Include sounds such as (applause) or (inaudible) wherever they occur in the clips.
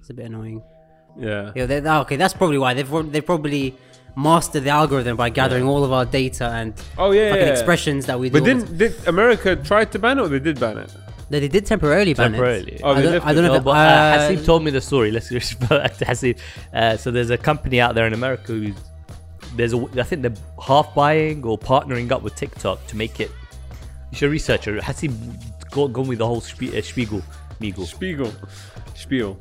It's a bit annoying. Yeah. Yeah, they- ah, okay, that's probably why they've prob- they probably mastered the algorithm by gathering all of our data and Oh, yeah, fucking yeah, yeah. expressions that we do. But all the didn't did America try to ban it or they did ban it? No, they did temporarily ban Temporarily. it. Oh, I they don't, lifted I don't know. No, if but uh, uh, Hasib told me (laughs) the story. Let's just go back to Hasib. Uh, so there's a company out there in America who's there's a, I think they're half buying or partnering up with TikTok to make it. You should research it. Hasib go, gone with the whole spie, uh, Spiegel, Spiegel. Spiegel. Spiel.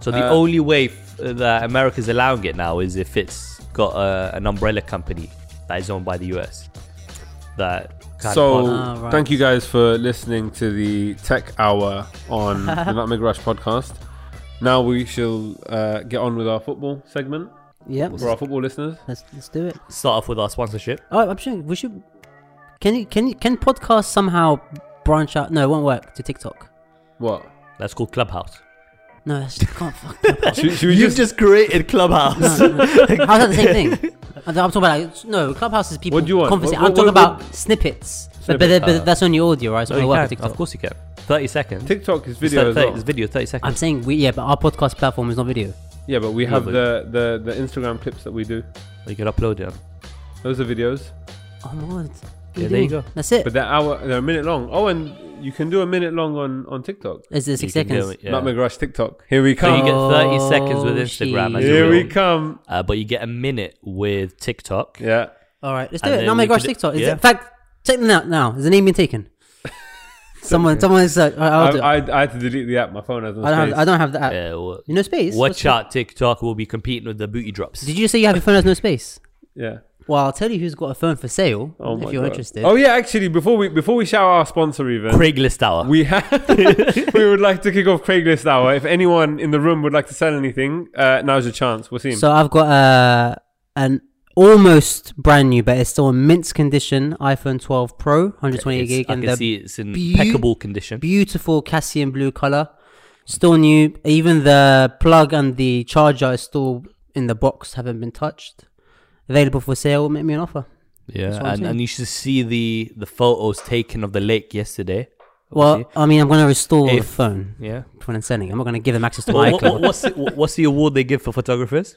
So the Uh, only way f- that America's allowing it now is if it's got uh, an umbrella company that is owned by the US. That kind So, of partner- Ah, right. thank you guys for listening to the Tech Hour (laughs) on the Nutmeg Rush podcast. Now we shall uh, get on with our football segment yeah, for our football listeners. let's let's do it. start off with our sponsorship. Oh, I'm sure we should. Can you can you can podcasts somehow branch out? No, it won't work to TikTok. (laughs) What? That's called Clubhouse. No, that's, can't fuck. (laughs) Should, should we just, created (laughs) Clubhouse. How's that the same thing? I'm talking about like, no clubhouse is people. What do you want? conversing. What- I'm talking what- what- about snippets, but, but, Snippets, uh, Oh, but that's only audio, right? So No, it you won't work on can. TikTok. Of course you can. 30 seconds. TikTok is It's video like as 30 well. It's video, 30 I'm seconds. saying we yeah, but our podcast platform is not video. Yeah, but we have but- the, the, the Instagram clips that we do. you can upload it. Those are videos, Oh my god. What are Yeah, there you doing? go. That's it. but they're hour, they're a minute long. Oh, and you can do a minute long on on TikTok. Is it You six can do seconds? it, yeah. Nutmeg Rush TikTok. Here we So you come. get 30 seconds with Oh, Instagram as shit. a Here we rule, come. uh, but you get a minute with TikTok. Yeah. All right, let's do And it. then Now we my gosh, could- TikTok. Is yeah. it, in fact, take them out now. Is the name being (laughs) taken? someone, someone is. Uh, I'll I, do it. I, I had to delete the app. My phone hasn't. I don't, have, I don't have that. Uh, well, you know space. What's watch the- out, TikTok will be competing with the booty drops. Did you say you have your phone has no space? Yeah. Well, I'll tell you who's got a phone for sale Oh if my you're God. interested. Oh yeah, actually, before we before we shout out our sponsor, even Craigslist hour. we have (laughs) we would like to kick off Craigslist hour. If anyone in the room would like to sell anything, uh, now's your chance. We'll see. So I've got uh, an almost brand new, but it's still in mint condition iPhone 12 Pro, 128 It's- gig, I and can the see it's in beau- impeccable condition. beautiful Cassian blue color. Still new. Even the plug and the charger is still in the box, haven't been touched. Available for sale. Make me an offer. Yeah, what I'm and, saying. and you should see the the photos taken of the lake yesterday. Well, Obviously. I mean, I'm going to restore the If- phone yeah. when I'm selling. I'm not going to give them access to my What, what- iCloud. what's the, what's the award they give for photographers?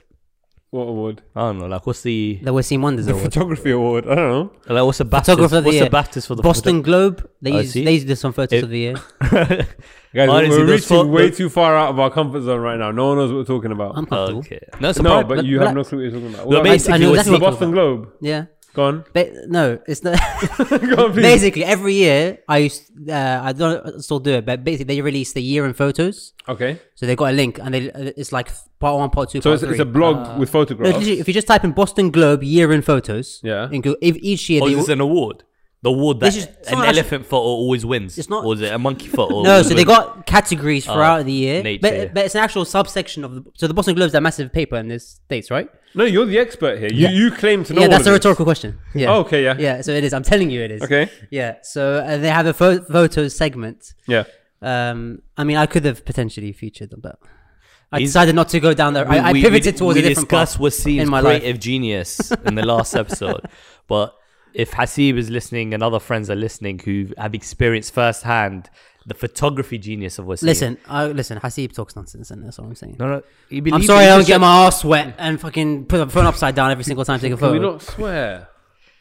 what award? I don't know. Like what's the That we're seeing wonders The award. photography award. I don't know. like what's the BAFTAs? Photographer of the What's year. the BAFTAs for the Boston Globe. They I used, see. they used this on photos It- of the (laughs) year. photo- Guys, Honestly, we're those reaching pho- way those- too far out of our comfort zone right now. No one knows what we're talking about. I'm comfortable. (laughs) okay. No, it's a no, pri- but, but you have no relax. clue what you're talking about. No, Well, basically, I know what's that's it's the what- the- Boston Globe. Yeah. Gone. But no, it's (laughs) not. (laughs) Gone, please. basically, every year I used uh, I don't still do it, but basically they release the year in photos. Okay. So they got a link, and they, it's like part one, part two, So part it's, three. it's a blog with No, photographs. Uh, literally, if you just type in Boston Globe year in photos, Yeah. and go, if each year or they Oh, is this an award? The award that This is- it's an not actually- elephant photo always wins. It's not- Or is it a monkey photo? no, always so they wins? got categories throughout the year, nature, but, yeah. but it's an actual subsection of the. So the Boston Globe's that massive paper in the states, right? No, you're the expert here. You, Yeah. you claim to know. yeah, all that's a of this. rhetorical question. Yeah. Oh, okay, yeah. Yeah, so it is. I'm telling you, it is. Okay. Yeah, so uh, they have a pho- photo segment. Yeah. Um, I mean, I could have potentially featured them, but I Is- decided not to go down there. I, I we- pivoted we, towards we a different discussed path. Wasim's in my life. creative genius in (laughs) the last episode, but if Hasib is listening and other friends are listening who have experienced firsthand the photography genius of Wasim, Listen, I, listen, Hasib talks nonsense, and that's what I'm saying. no, no, he I'm believed sorry, it. I He don't just get said- my ass wet and fucking put the phone upside down every single time taking a Oh. Can we photo. not swear?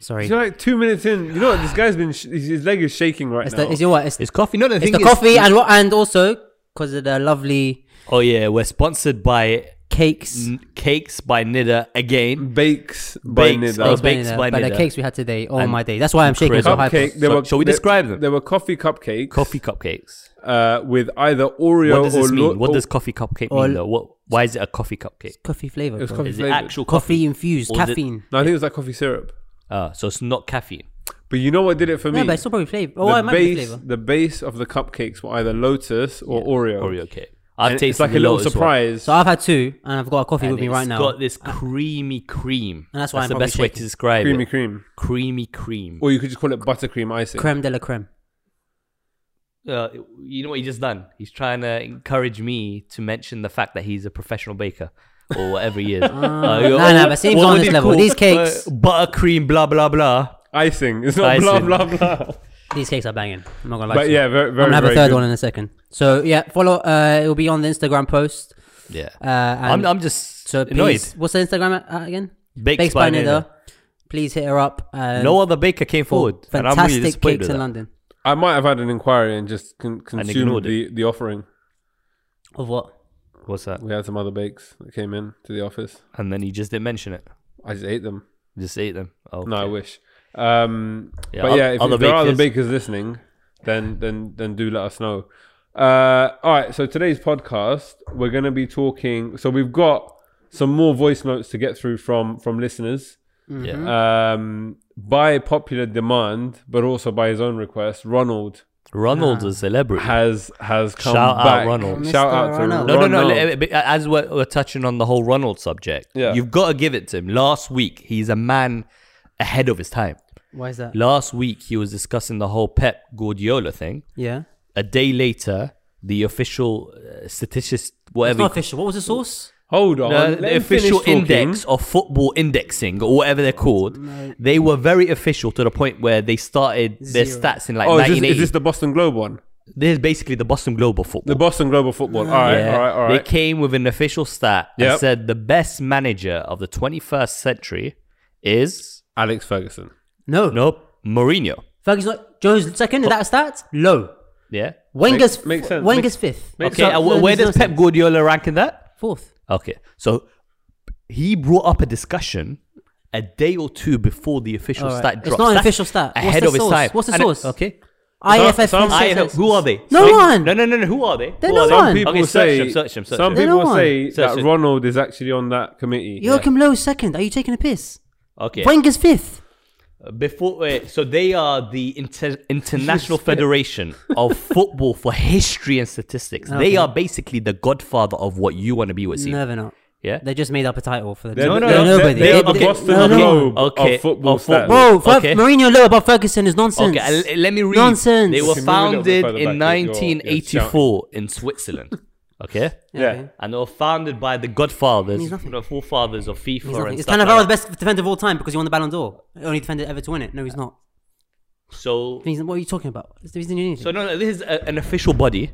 Sorry. You're like two minutes in. You know what? This guy's been. Sh- his his leg is shaking right It's now. the, it's your what? It's, It's coffee. No, no, it's the coffee and what? And also because of the lovely Oh yeah, we're sponsored by cakes. N- cakes by Nida again. bakes by Bakes. Nida. Oh, bakes by but the Nida. cakes we had today, oh And my day! That's why I'm shaking so hyper. Cupcake. There So- were, shall we there- describe them? There were coffee cupcakes. Coffee cupcakes. uh, with either What Oreo does or this lo- mean? What or- does coffee cupcake or- mean though? What? Why is it a coffee cupcake? Coffee flavor, It was bro. coffee It's Is it flavour. actual coffee coffee? infused Or is it- caffeine. No, I think it was like coffee syrup. Ah, so it's not caffeine. But you know what did it for me? No, but it's still probably flavor. Oh, the it might be base, flavor. the base of the cupcakes were either Lotus or Oh. Oreo. Oreo cake. And I've tasted it's like the a little Lotus one. surprise. So I've had two, and I've got a coffee And with me it's right now. got this creamy cream. And that's why why I'm the probably best way shaking. to describe creamy creamy. it. cream, Creamy cream. or you could just call it buttercream icing. creme de la creme. Uh, you know what he just done? He's trying to encourage me to mention the fact that he's a professional baker or (laughs) whatever he is. uh, Ah. no, no, but Steve's what on would this it level. call? These cakes- Uh, buttercream, blah blah blah. Icing. It's not Icing. blah blah blah. These cakes are banging. I'm not gonna lie. but to you. yeah, very, very. I'm gonna have a very third good. one in a second. So yeah, follow. Uh, it will be on the Instagram post. Yeah. Uh, and I'm, I'm just so annoyed. please, what's the Instagram at, at again? Baked Bakes by by Neda. Neda. Please hit her up. Um, No other baker came for forward. and I'm really fantastic disappointed cakes with in that. London. I might have had an inquiry and just con- ignored consumed the, the offering. Of what? What's that? We had some other bakes that came in to the office. And then you just didn't mention it. I just ate them. You Just ate them. Oh No, I wish. Um, Yeah, but oth- yeah, if, other if there are other bakers. bakers listening, then then then do let us know. Uh, all right, so today's podcast we're going to be talking. So we've got some more voice notes to get through from from listeners Mm-hmm. Yeah. um, by popular demand, but also by his own request. Ronald Ronald's a celebrity. has has come Shout out back. Ronald. Shout out to Mr. Ronald. Ronald. no, no, no. li- but As we're, we're touching on the whole Ronald subject, Yeah. you've got to give it to him. Last week, he's a man ahead of his time. Why is that? Last week, he was discussing the whole Pep Guardiola thing. Yeah. A day later, the official uh, statistics, It's whatever, not official. What was the source? Hold on. No, uh, let the him finish official talking. index of football indexing or whatever they're called, they were very official to the point where they started their Zero. stats in like Oh, is this, 1980. is This, this the Boston Globe one? is basically the Boston Globe of football. The Boston Globe of football. All right, all right, all right. They came with an official stat that Yep. said the best manager of the 21st century is Alex Ferguson. No. No. nope Mourinho. Ferguson's not. Joe's second. That stat low. Yeah. Wenger's Makes- makes sense. Wenger's fifth. makes Okay. So- uh, wh- no, where there's does no Pep Guardiola rank in that? Fourth. Okay, so he brought up a discussion a day or two before the official All right. stat It's drops. not an That's official stat. What's Ahead the of his source? time. What's the And it- source? okay. IFF. some- says- I, who are they? No Some- one. No, no, no, no. Who are they? They're Who are no they? one. Some people Okay, search say, them, search them, search some them. They're people not say Search that them. Ronald is actually on that committee. Joachim Low second. Are you taking a piss? Okay. Wenger's fifth. Before, wait, so they are the Inter- (laughs) International Federation of Football for History and Statistics. They Okay. are basically the godfather of what you want to be with. No, they're not. Yeah. They just made up a title for the. They're, No, no, they're, they're they're- no, nobody. They They- are the they- Boston no, no. Globe Okay, of football of football. stats. Bro, Fer- Okay. Mourinho low above Ferguson is nonsense. Okay, I- let me read. Nonsense. They You were can move a little bit founded further in back, you're- you're 1984 in Switzerland. Okay. Yeah. Okay. and they were founded by the godfathers, Means nothing. the forefathers of He's FIFA nothing. and It's stuff kind of like our that. best defender of all time because he won the Ballon d'Or. Only defender ever to win it. No, he's not. So, He's- what are you talking about? It's the reason you need so it. no, no, this is a, an official body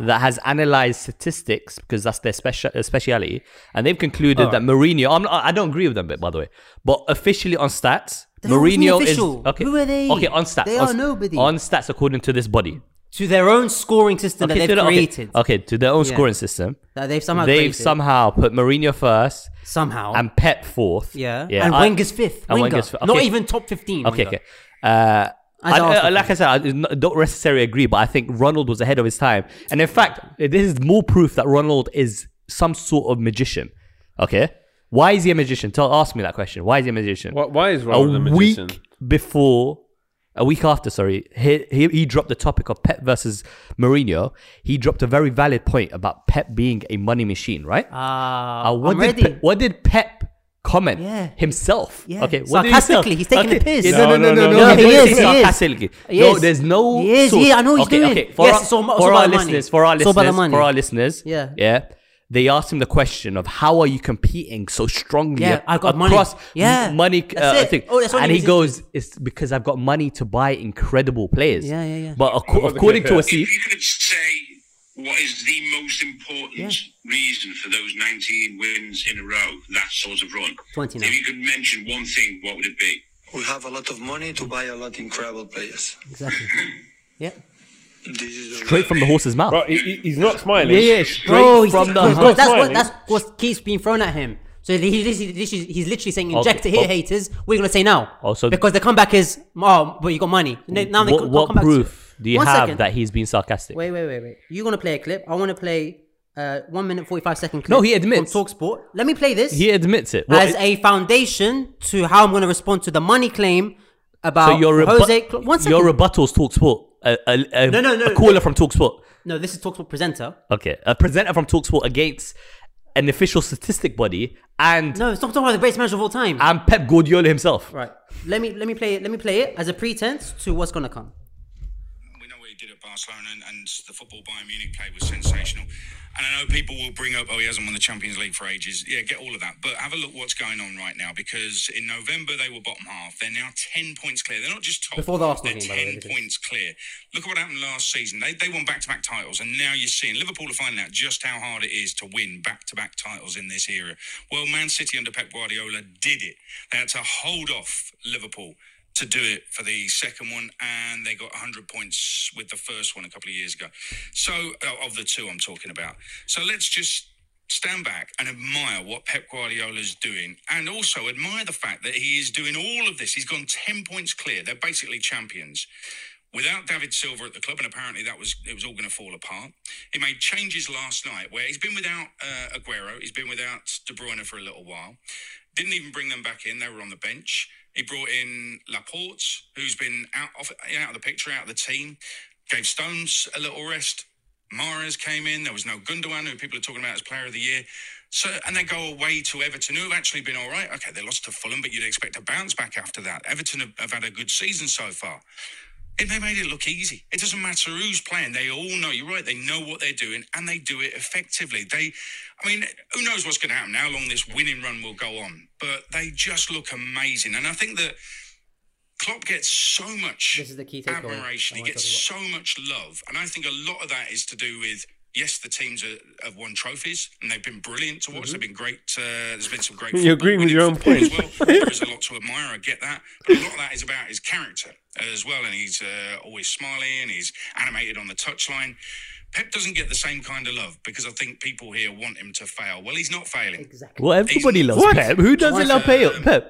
that has analyzed statistics because that's their special uh, speciality, and they've Oh. concluded that Mourinho. I'm, not- I don't agree with them, by the way, but officially on stats, They're not Mourinho is official. okay. Who are they? Okay, on stats, They on are st- nobody. on stats according to this body. To their own scoring system Okay, that to they've the- okay, created. okay, to their own Yeah. scoring system, That they've somehow they've created. somehow put Mourinho first somehow. and Pep fourth. yeah. yeah, And I- Wenger's fifth. and Wenger. Wenger's fifth. Not Okay. even top 15. Okay, Wenger. okay. Uh, As I, an Arsenal uh, like I said, I n- don't necessarily agree, but I think Ronald was ahead of his time. And in fact, this is more proof that Ronald is some sort of magician. Okay? Why is he a magician? Tell, ask me that question. Why is he a magician? Why, why is a Ronald a magician? week before, a week after, sorry, he, he, he dropped the topic of Pep versus Mourinho. He dropped a very valid point about Pep being a money machine, right? Ah, Uh, what I'm did ready. Pep, what did Pep comment Yeah. himself? Yeah. Okay. What did he Sarcastically, say? he's taking a piss. Yeah, No, no, no, no, no, he didn't is, say he is. sarcastically. He No, is. there's no. He is, source. yeah, I know he's okay, doing. Okay. For Yes, our, it's all about- it's for all our about money. listeners, for our It's all about listeners, the for money. our listeners. Yeah. Yeah. They asked him the question of how are you competing so strongly Yeah, ac- I've got money. across Yeah. m- money uh, That's it. thing. Oh, that's what and he he was- goes, it's because I've got money to buy incredible players. Yeah, yeah, yeah. But ac- got the according clip to here. a C, If you could say what is the most important reason for those 19 wins in a row, that sort of run, 20 now. if you could mention one thing, what would it be? We have a lot of money to buy a lot incredible players. Exactly. Yeah. This is the straight from the horse's mouth. Bro, he, he- he's not smiling. Yeah, yeah, straight Bro, Oh, he's, from the he's- heart. that's what Smiling. that's what keeps being thrown at him. So he, he's, he's, he's literally saying, Okay, "Inject it here, oh. haters." We're gonna say now Oh, so- because the comeback is, "Oh, but you got money." N- Now they what co- what come back to- proof do you One have second. that he's been sarcastic? Wait, wait, wait, wait. You want to play a clip? I want to play uh, one minute forty five second clip. No, he admits. from Talksport. Let me play this He admits it. What- as a foundation to how I'm going to respond to the money claim about so your rebu- Jose. Cl- one second. your rebuttals talk sport. A, a, a, No, no, no. a caller from Talksport. no, this is Talksport presenter. Okay, a presenter from Talksport against an official statistic body and No, it's not talking about the greatest manager of all time. and Pep Guardiola himself. right. Let me let me play it. Let me play it as a pretense to what's gonna come. We know he he did at Barcelona, and, and the football Bayern Munich play was sensational. And I know people will bring up, oh, he hasn't won the Champions League for ages. Yeah, get all of that. But have a look what's going on right now because in November they were bottom half. They're now 10 points clear. They're not just top. Before the Arsenal they're game, by the way, 10 because- points clear. Look at what happened last season. They, they won back to back titles, and now you're seeing Liverpool are finding out just how hard it is to win back to back titles in this era. Well, Man City under Pep Guardiola did it. They had to hold off Liverpool to do it for the second one, and they got 100 points with the first one a couple of years ago. So, uh, of the two I'm talking about. So, let's just stand back and admire what Pep Guardiola's doing and also admire the fact that he is doing all of this. He's gone 10 points clear. They're basically champions. Without David Silver at the club, and apparently that was it was all going to fall apart. He made changes last night where he's been without uh, Aguero, he's been without De Bruyne for a little while. Didn't even bring them back in; they were on the bench. He brought in Laporte, who's been out of out of the picture, out of the team. Gave Stones a little rest. Mares came in. There was no Gundogan, who people are talking about as player of the year. So, and they go away to Everton, who have actually been all right. Okay, they lost to Fulham, but you'd expect a bounce back after that. Everton have, have had a good season so far. And they made it look easy. It doesn't matter who's playing. They all know. You're right. They know what they're doing, and they do it effectively. They, I mean, who knows what's going to happen? How long this winning run will go on? But they just look amazing, and I think that Klopp gets so much This is the key takeaway admiration. I He wanna gets talk so much love, and I think a lot of that is to do with yes, the teams are, have won trophies and they've been brilliant to watch. They've been great. Uh, there's been (laughs) some great. You're agreeing Mm-hmm. with your own football point. as well. (laughs) There is a lot to admire. I get that. But a lot of that is about his character as well, and he's uh, always smiley and he's animated on the touchline. Pep doesn't get the same kind of love because I think people here want him to fail. Well, he's not failing. Exactly. Well, everybody loves What? Pep. Who doesn't love Pep? Pep.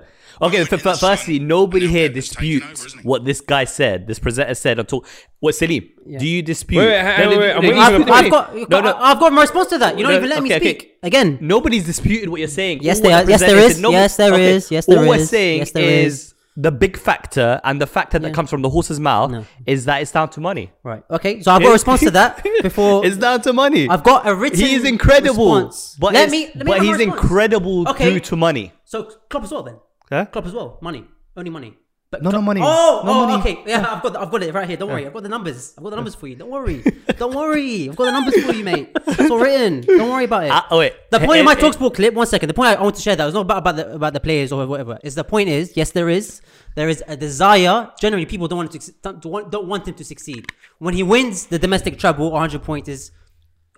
Okay, f- Look at the f- firstly, sun. nobody Now here Pep is taking over, disputes isn't he? what this guy said. This presenter said on talk. What Salim? Do you dispute? Wait, wait, hang on, wait, I'm waiting for I've, the I've point. got, No, no. I've got my response to that. You don't No, even let me okay, okay. speak again. Nobody's disputed what you're saying. Yes, All there the are- yes, there presenters is. said, no- Yes, there is. Yes, there All we're is. saying Yes, there is, is. the big factor and the factor that comes from the horse's mouth No. is that it's down to money. Right. Okay. So I've got a response to that before. (laughs) it's down to money. I've got a written. he is incredible, response. but let it's- me. Let me but have my he's response. incredible Okay. due to money. So Klopp as well then. Huh? Klopp as well. Money. Only money. But No, no money. Oh, No oh, money. okay. (laughs) Yeah, I've got, I've got it right here. Don't worry. I've got the numbers. I've got the numbers for you. Don't worry. Don't worry. I've got the numbers for you, mate. It's all written. Don't worry about it. Ah, oh, wait. The point of Eh, my eh, eh. Talksport clip, one second. The point I I want to share that was not about, about the about the players or whatever. Is the point is yes, there is there is a desire. Generally, people don't want to suc- don't want, don't want him to succeed. When he wins the domestic treble, 100 points is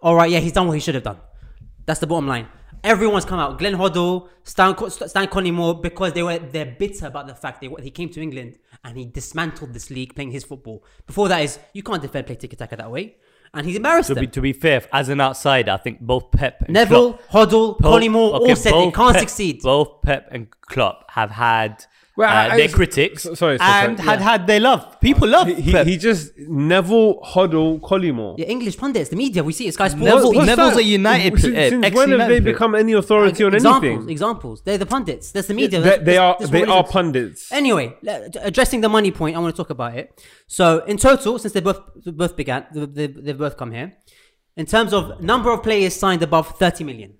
all right. Yeah, he's done what he should have done. That's the bottom line. Everyone's come out. Glenn Hoddle, Stan, Co- Stan Collymore, because they were they're bitter about the fact that he came to England and he dismantled this league playing his football. Before that is you can't defend play tick attacker that way, and he's embarrassed To them. be, to be fair, as an outsider, I think both Pep and Neville, Klopp, Hoddle, both- Collymore okay, all said they both can't Pep- succeed. Both Pep and Klopp have had Well, uh, I- I their just- critics so- sorry, so- and sorry, had yeah. had their love. People love He, Pep. he just Neville Huddle Collymore. Yeah, English pundits, the media, we see it. Sky Sports. Neville- we see it. Neville's a United Since, pl- eh, since when have ex-United they player. become any authority on examples, anything? Examples. They're the pundits. That's the media. They, That's- they that's- are that's they what it are is. pundits. Anyway, le- addressing the money point, I want to talk about it. So, in total, since they both both began, they, they've both come here. In terms of number of players signed above 30 million,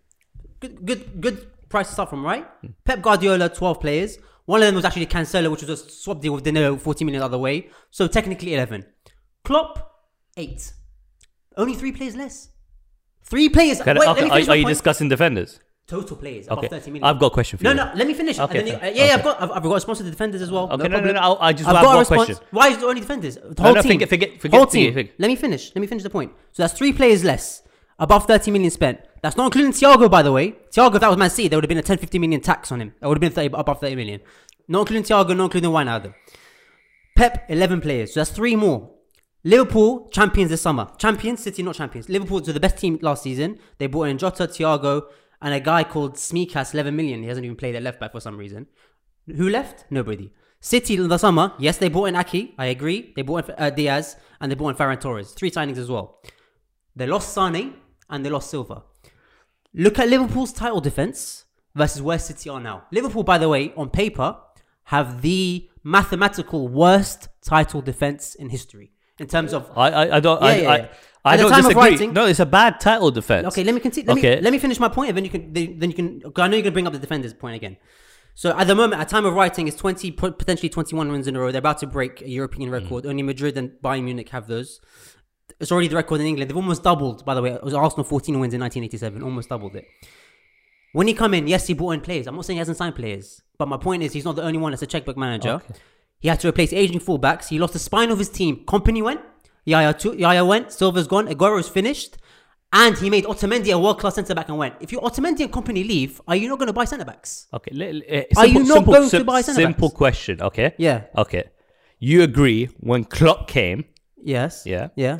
good good good price to start from, right? Hmm. Pep Guardiola, 12 players. One of them was actually Cancelo, which was a swap deal with Danilo, 40 million the other way. So technically 11. Klopp, eight. Only three players less. Three players. Can I- Wait, okay, let me are, finish are my you point. discussing defenders? total players Okay, above 30 million? I've got a question for No, you. no, let me finish. Okay, and then you, fine. yeah, yeah, Okay. I've got, I've, I've got a response to the defenders as well. Okay, no, no, problem. no, I'll- I just- I've got got a a response. question. Why is it only defenders? The No, whole no, team. forget- forget- forget- whole forget- team. forget. Let me finish. Let me finish the point. So that's three players less, above 30 million spent. That's not including Thiago, by the way. Thiago, if that was Man City, there would have been a 10, 15 million tax on him. That would have been 30, above 30 million. Not including Thiago, not including Wijnaldum. Pep, 11 players. So that's three more. Liverpool, champions this summer. Champions, City, not champions. Liverpool were the best team last season. They brought in Jota, Thiago, and a guy called Smikas, 11 million. He hasn't even played at left back for some reason. Who left? Nobody. City in the summer, yes, they bought in Aki. I agree. They bought in uh, Diaz and they bought in Ferran Torres. Three signings as well. They lost Sane and they lost Silva. Look at Liverpool's title defense versus where City are now. Liverpool, by the way, on paper, have the mathematical worst title defense in history in terms of. I I, I don't I, Yeah, yeah, I, yeah. I At the don't time of disagree. writing- no, it's a bad title defense. Okay, let me continue. Let, Okay. me, let me finish my point, and then you can then, then you can. 'cause I know you're gonna bring up the defenders point again. So at the moment, at time of writing, it's 20, po- potentially 21 wins in a row. They're about to break a European record. Only Madrid and Bayern Munich have those. It's already the record in England. They've almost doubled, by the way. It was Arsenal 14 wins in 1987, almost doubled it. When he come in, yes, he brought in players. I'm not saying he hasn't signed players, but my point is he's not the only one that's a checkbook manager. He had to replace aging fullbacks. He lost the spine of his team. Company went, Yaya, too, Yaya went, Silva's gone, Aguero's finished, and he made Otamendi a world class centre back and went. If you Otamendi and company leave, are you not going to buy centre backs? Okay. le- le- eh, Are you not going to sim- buy centre-backs? Simple question. Okay. Yeah. Okay. You agree when Klopp came, Yes. Yeah. Yeah.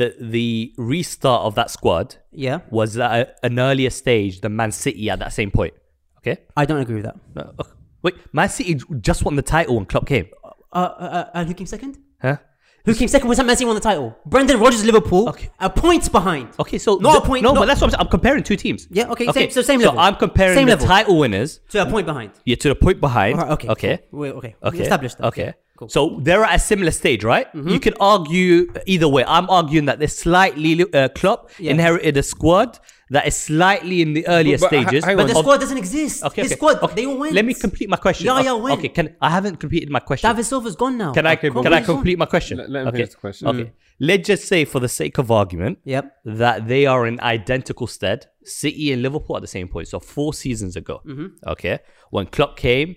the the restart of that squad Yeah. was at a- an earlier stage than Man City at that same point. Okay. I don't agree with that. No, ugh. Wait, Man City just won the title when Klopp came. Uh, uh, uh, and who came second? Huh? Who came second when Man City won the title? Brendan Rodgers, Liverpool, Okay. a point behind. Okay, so Not th- a point- No, not- but that's what I'm, saying. I'm comparing two teams. Yeah, okay, same- so same level. So I'm comparing Same the level. title winners. So a point behind. Yeah, to the point behind. Alright, okay. Okay. cool. Wait, okay. We Okay. established that. Okay. Cool. Mm-hmm. So they're at a similar stage, right? You can argue either way. I'm arguing that they're slightly uh, Klopp Yeah. inherited a squad that is slightly in the earlier but ha- stages. hang but on. the Of- squad doesn't exist. Okay, His okay. squad, Okay, they all went. Let me complete my question. Yeah, yeah, Okay, went. Okay, can I haven't completed my question. David Silva's gone now. Can I Okay, but can I we- complete my question? Let- let him okay. finish the question. Okay. Let's just say, for the sake of argument, Yep. that they are in identical stead, City and Liverpool at the same point. So four seasons ago, Mm-hmm. okay, when Klopp came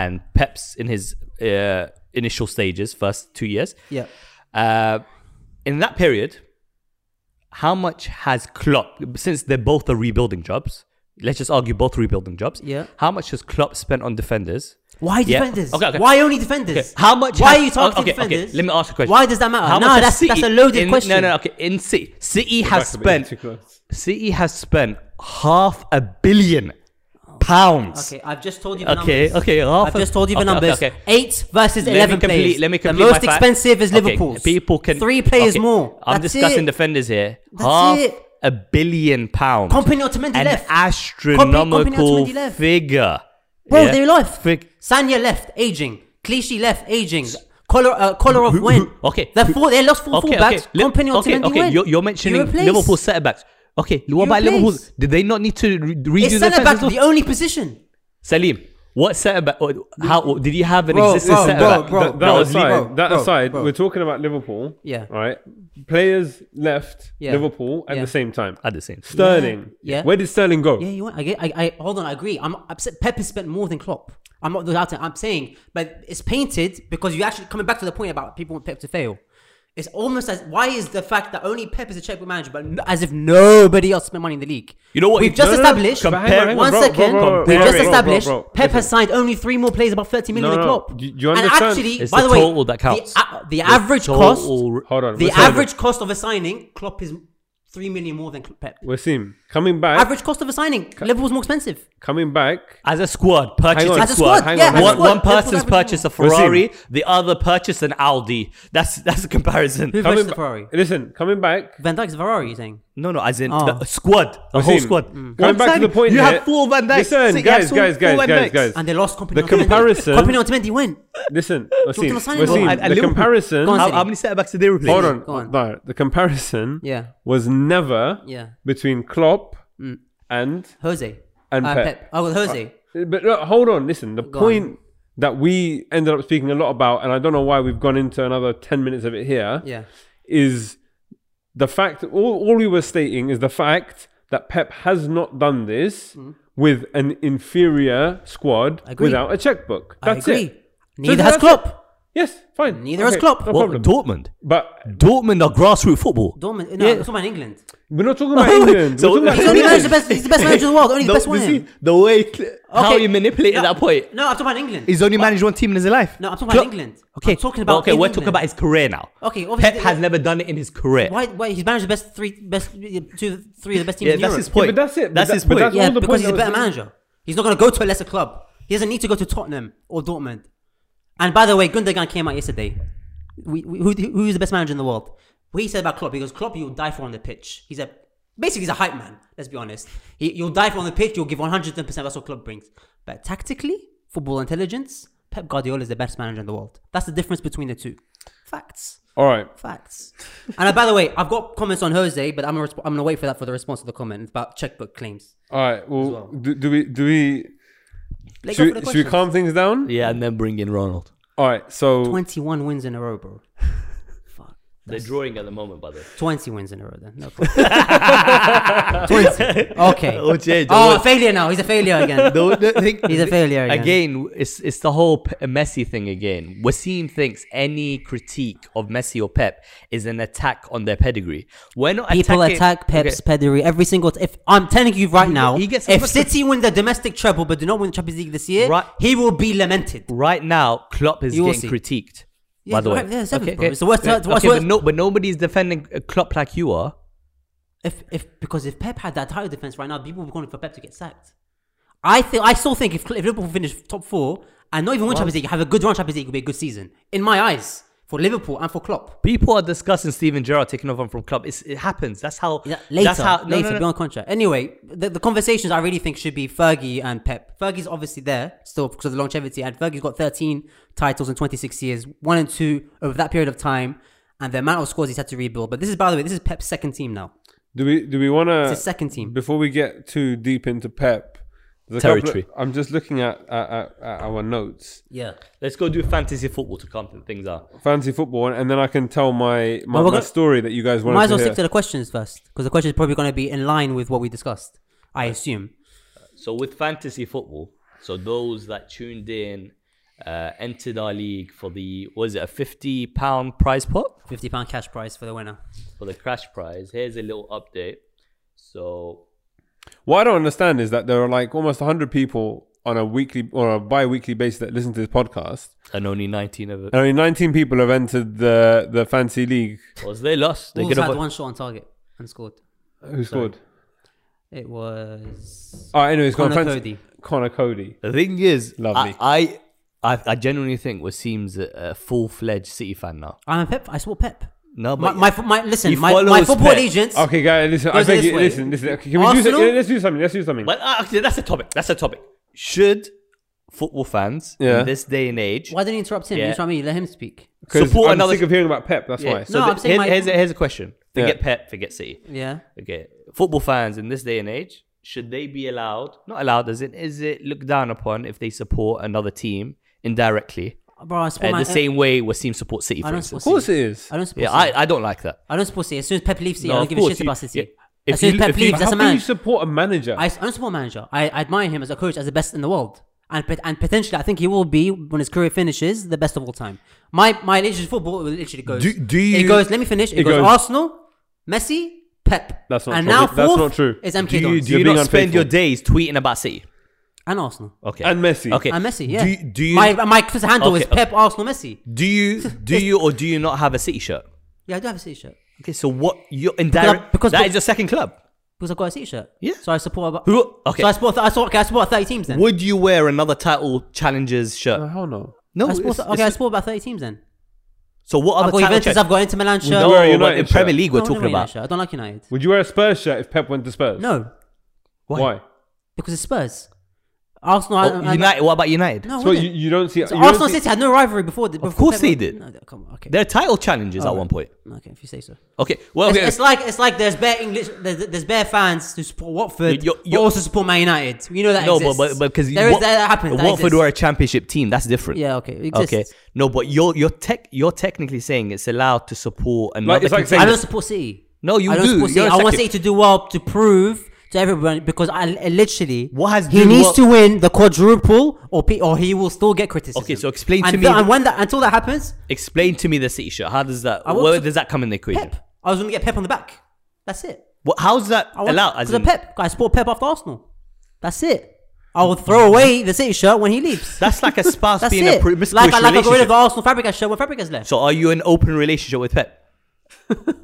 and Pep's in his uh, initial stages, first two years, Yep. uh, in that period, how much has Klopp, since they're both the rebuilding jobs, let's just argue both rebuilding jobs, Yeah. how much has Klopp spent on defenders? Why Yeah. defenders? Okay, okay. Why only defenders? Okay, How much? Why has- are you talking okay, okay, defenders? Let me ask a question. Why does that matter? How no, much that's has that's a City- loaded in- question. No, no, okay. In City, City has Back a bit, spent too close. City E has spent half a billion pounds. Okay, I've just told you the Okay, numbers. okay, half I've a- just told you the okay, okay, numbers. okay. Eight versus Let me eleven complete- players. let me the complete most my fa- expensive is Okay, Liverpool's. people can three players okay, more. I'm That's discussing it. defenders here. That's half it. a billion pounds. Company Otamendi An left. astronomical Otamendi left. figure. Bro, Yeah. they left. Fig- Sanya left, aging. Clichy left, aging. Color, uh, color of when? okay. They four. They lost four fullbacks. Li- Company okay, Otamendi okay. went. You're, you're You mentioning replace. Liverpool setbacks. Okay, what about replace. Liverpool? Did they not need to re- redo Is the centre back defense? the only position? Salim, what setback? or How did he have an Bro, existing bro, setback? bro, that, that bro, aside, bro, that bro, aside, bro. we're talking about Liverpool. Yeah. Right. Players left Yeah. Liverpool at Yeah. the same time. At the same. Sterling. Yeah. Yeah. Where did Sterling go? Yeah, you went. I get. I, I hold on. I agree. I'm upset. Pep has spent more than Klopp. I'm not doubting. I'm saying, but it's painted because you actually coming back to the point about people want Pep to fail. It's almost as why is the fact that only Pep is a checkbook manager, but no, as if nobody else spent money in the league. You know what? We've just No, no, no. established. Compare- Hang on, hang on, one bro, second. bro, bro, We've bro, just bro, established. bro, bro. Pep has Listen. signed only three more players above 30 million No, than no, Klopp. do you- do you And understand? actually, It's by the, the way, total that counts. The, a- the average cost. Total- Hold on. The we're saying- average cost of a signing, Klopp is three million more than Pep. We're seeing coming back. Average cost of a signing, Liverpool's more expensive. Coming back. As a squad, purchase Hang on. a As a squad. squad, hang yeah, on, as hang a One, squad. one Liverpool person's average more. purchased a We're seeing. Ferrari, the other purchased an Audi. That's that's a comparison. Who Coming versus the ba- Ferrari? Listen, coming back. Van Dijk's Ferrari, you're saying? No, no, as in Oh. the squad, the whole Wasim, squad. Mm. Coming One back to signing, the point You here. have four Van Dijks. Listen, City have guys, four- guys, four guys, Van guys, Dijks. guys. And they lost Company The comparison- Company Otamendi went. Listen, Talking Wasim, about signing, Wasim, bro. At- at the Liverpool. comparison. Go on, How, City. how many setbacks did they replace? Hold on, Go on. No, the comparison. Yeah. Was never. Yeah. Between Klopp and Jose. And uh, Pep. Oh, well, Jose. Uh, Eh, But look, hold on, listen. The on. point that we ended up speaking a lot about, and I don't know why we've gone into another 10 minutes of it here, is Yeah. the fact, all, all we were stating is the fact that Pep has not done this with an inferior squad Mm. Agree. without a checkbook. That's I agree. it. Neither So has that's Klopp. it. Yes, fine. Neither has Klopp. No Well, problem. What, Dortmund. but Dortmund are grassroots football. Dortmund. No, Yeah. it's talking about England. we're not (laughs) talking about England. (laughs) So- we're talking about He's only England. managed the best. He's the best manager in the world. Only the No, best you see, one. the way cl- how Okay. you manipulated that point. No, I'm talking about England. He's only managed one team in his life. No, I'm talking about Klopp- England. Okay, I'm talking about okay. We're talking England. about his career now. Okay, Pep obviously- has never done it in his career. why? Why? He's managed the best three, best two, three of the best teams Yeah, in that's Europe. his point. but that's it, but That's that- his but point. that's Yeah, all the because point he's a that better was- manager. He's not going to go to a lesser club. He doesn't need to go to Tottenham or Dortmund. And by the way, Gundogan came out yesterday. We, we, who, who is the best manager in the world? What he said about Klopp, he goes, Klopp, you'll die for on the pitch. He's a basically he's a hype man. Let's be honest. He, you'll die for on the pitch. You'll give one hundred ten percent. That's what Klopp brings. But tactically, football intelligence, Pep Guardiola is the best manager in the world. That's the difference between the two. Facts. All right. Facts. and uh, by the way, I've got comments on Jose, but I'm gonna, resp- I'm gonna wait for that for the response to the comment about checkbook claims. All right. Well, well. do, do we do we Let go Should, for the we- should we questions. calm things down? Yeah, and then bring in Ronald. All right. So 21 wins in a row, bro. They're drawing at the moment, by the way. 20 wins in a row then. No problem. (laughs) 20. Okay. Oh, Jay, the Oh, one- failure now. He's a failure again. The- the thing- He's a failure again. Again, it's it's the whole P- Messi thing again. Wasim thinks any critique of Messi or Pep is an attack on their pedigree. We're not People attacking- attack Pep's Okay. pedigree every single. T- if I'm telling you right now, he gets- if City win the domestic treble but do not win Champions League this year, Right. he will be lamented. Right now, Klopp is You will getting see. critiqued. Yeah, by the way, right, yeah, seventh, bro. It's the worst- it's the worst- okay, but, no, but nobody's defending uh, Klopp like you are. If if because if Pep had that title defense right now, people would be calling for Pep to get sacked. I think I still think if, if Liverpool finish top four and not even win Champions League, have a good run Champions League, it would be a good season in my eyes for Liverpool and for Klopp. People are discussing Steven Gerrard taking over from Klopp. It's, it happens. That's how. Yeah, later, that's how, no, no, later, no. beyond contract. Anyway, the, the conversations I really think should be Fergie and Pep. Fergie's obviously there still because of the longevity, and Fergie's got 13 titles in 26 years, one and two over that period of time, and the amount of scores he's had to rebuild. But this is, by the way, this is Pep's second team now. do we do we want It's to his second team. before we get too deep into Pep there's a couple of- Territory. I'm just looking at, at, at, at our notes, Yeah, Let's go do fantasy football to calm things down. fancy football, and then I can tell my my, Well, we're my gonna- story that you guys might want as to well hear. stick to the questions first because the questions probably going to be in line with what we discussed. I assume. So with fantasy football, so those that tuned in uh, entered our league for the was it a fifty pound prize pot Fifty pound cash prize for the winner. for the cash prize? Here's a little update. So What I don't understand is that there are like almost 100 people on a weekly or a bi-weekly basis that listen to this podcast. and only nineteen of it (laughs) And only 19 people have entered the the fancy league. was they lost. They Wolves had could've- one shot on target and scored. Who scored? It was Oh, anyway, it's gone Connor fancy. Cody. Connor Cody. The thing is, Lovely. I I, I, I genuinely think Wasim's a, a full fledged City fan now. I'm a Pep. I saw Pep. No, My, but my, my listen, He my, my follows football Pep. allegiance. Okay, guys, listen. I Goes beg this you, way. listen, listen. Can we do Arsenal? something? Let's do something. Let's do something. but uh, actually, that's a topic. That's a topic. Should football fans Yeah. in this day and age Why didn't you interrupt him? Yeah. You know what I mean? Let him speak. 'Cause support I'm another- sick of hearing about Pep. That's Yeah, why. So No, the- I'm saying here's, my- here's, a, here's a question. Yeah. Forget Pep, forget City. Yeah. Okay. Football fans in this day and age, should they be allowed? Not allowed, as in, is it looked down upon if they support another team indirectly? Bro, I support Uh, my, the same way Wasim supports City, I for don't instance. of course it is. I don't support Yeah, City. I, I don't like that. I, don't support City. As soon as Pep leaves City, No, I of don't give a course, shit you- about City. yeah. As If soon as you- Pep if you- leaves, But that's How a can man. you support a manager? I, I don't support manager. I, I admire him as a coach, as the best in the world. And, pot- and potentially, I think he will be, when his career finishes, the best of all time. My my allegiance to football it literally goes. Do- do it you- goes, let me finish. It, it goes, goes- Arsenal, Messi, Pep. That's not and true. now That's fourth not true. Is MK Do you, Dons. do You're you being not spend unfaithful. your days tweeting about City? and Arsenal. Okay. And Messi. Okay. And Messi, yeah. Do, you- do you my, my handle Okay, is okay. Pep, Arsenal, Messi. do you do you or do you not have a City shirt? Yeah, I do have a City shirt. Okay, so what you're because- indirect because that but- is your second club. Because I've got a T-shirt. Yeah. So I support. About, Who okay? So I support. I support. Okay, I support thirty teams then. Would you wear another title challengers No, shirt? Oh, hell no. No. I support, it's- okay, I it's- support about thirty teams then. so what I've other got title Juventus. challenge- I've got Inter Milan shirt. No, Wear a but United in Premier shirt. League No, we're I don't talking wear United about. shirt. I don't like United. Would you wear a Spurs shirt if Pep went to Spurs? No, Why? because it's Spurs. Arsenal. I, Oh, I, United. What about United? No, So wouldn't. you, you don't see. So you don't Arsenal see- City had no rivalry before. The, before course they Pep- did. No, come on, okay. They're title challengers at one point. okay, if you say so. Okay. Well, It's, okay. it's like it's like there's bare English. There's, there's bare fans who support Watford. You- You, you- you- also support Man United. You know that. no, but exists. but because there is that happens. that Watford exists. were a championship team. That's different. Yeah. Okay. It exists. Okay. No, but you're you're tech you're technically saying it's allowed to support another. it's like contender. I saying- don't support City. No, you I don't do. Support City. You're a I want second- City to do well to prove to everyone because I, I literally What has he been needs what- to win the quadruple or P, or he will still get criticism. Okay, so explain to and me- And when that until that happens, Explain to me the city shirt. How does that? I want Where to- does that come in the equation? Pep. I was going to get Pep on the back. That's it. What, how's that I want allowed? because As of in- Pep. I support Pep after Arsenal. That's it. I will throw away the City shirt when he leaves. That's like a (laughs) spouse That's Mm. being it. a pr- like promiscuous I like I got rid of relationship. the Arsenal Fabregas shirt when Fabregas left. so are you in open relationship with Pep?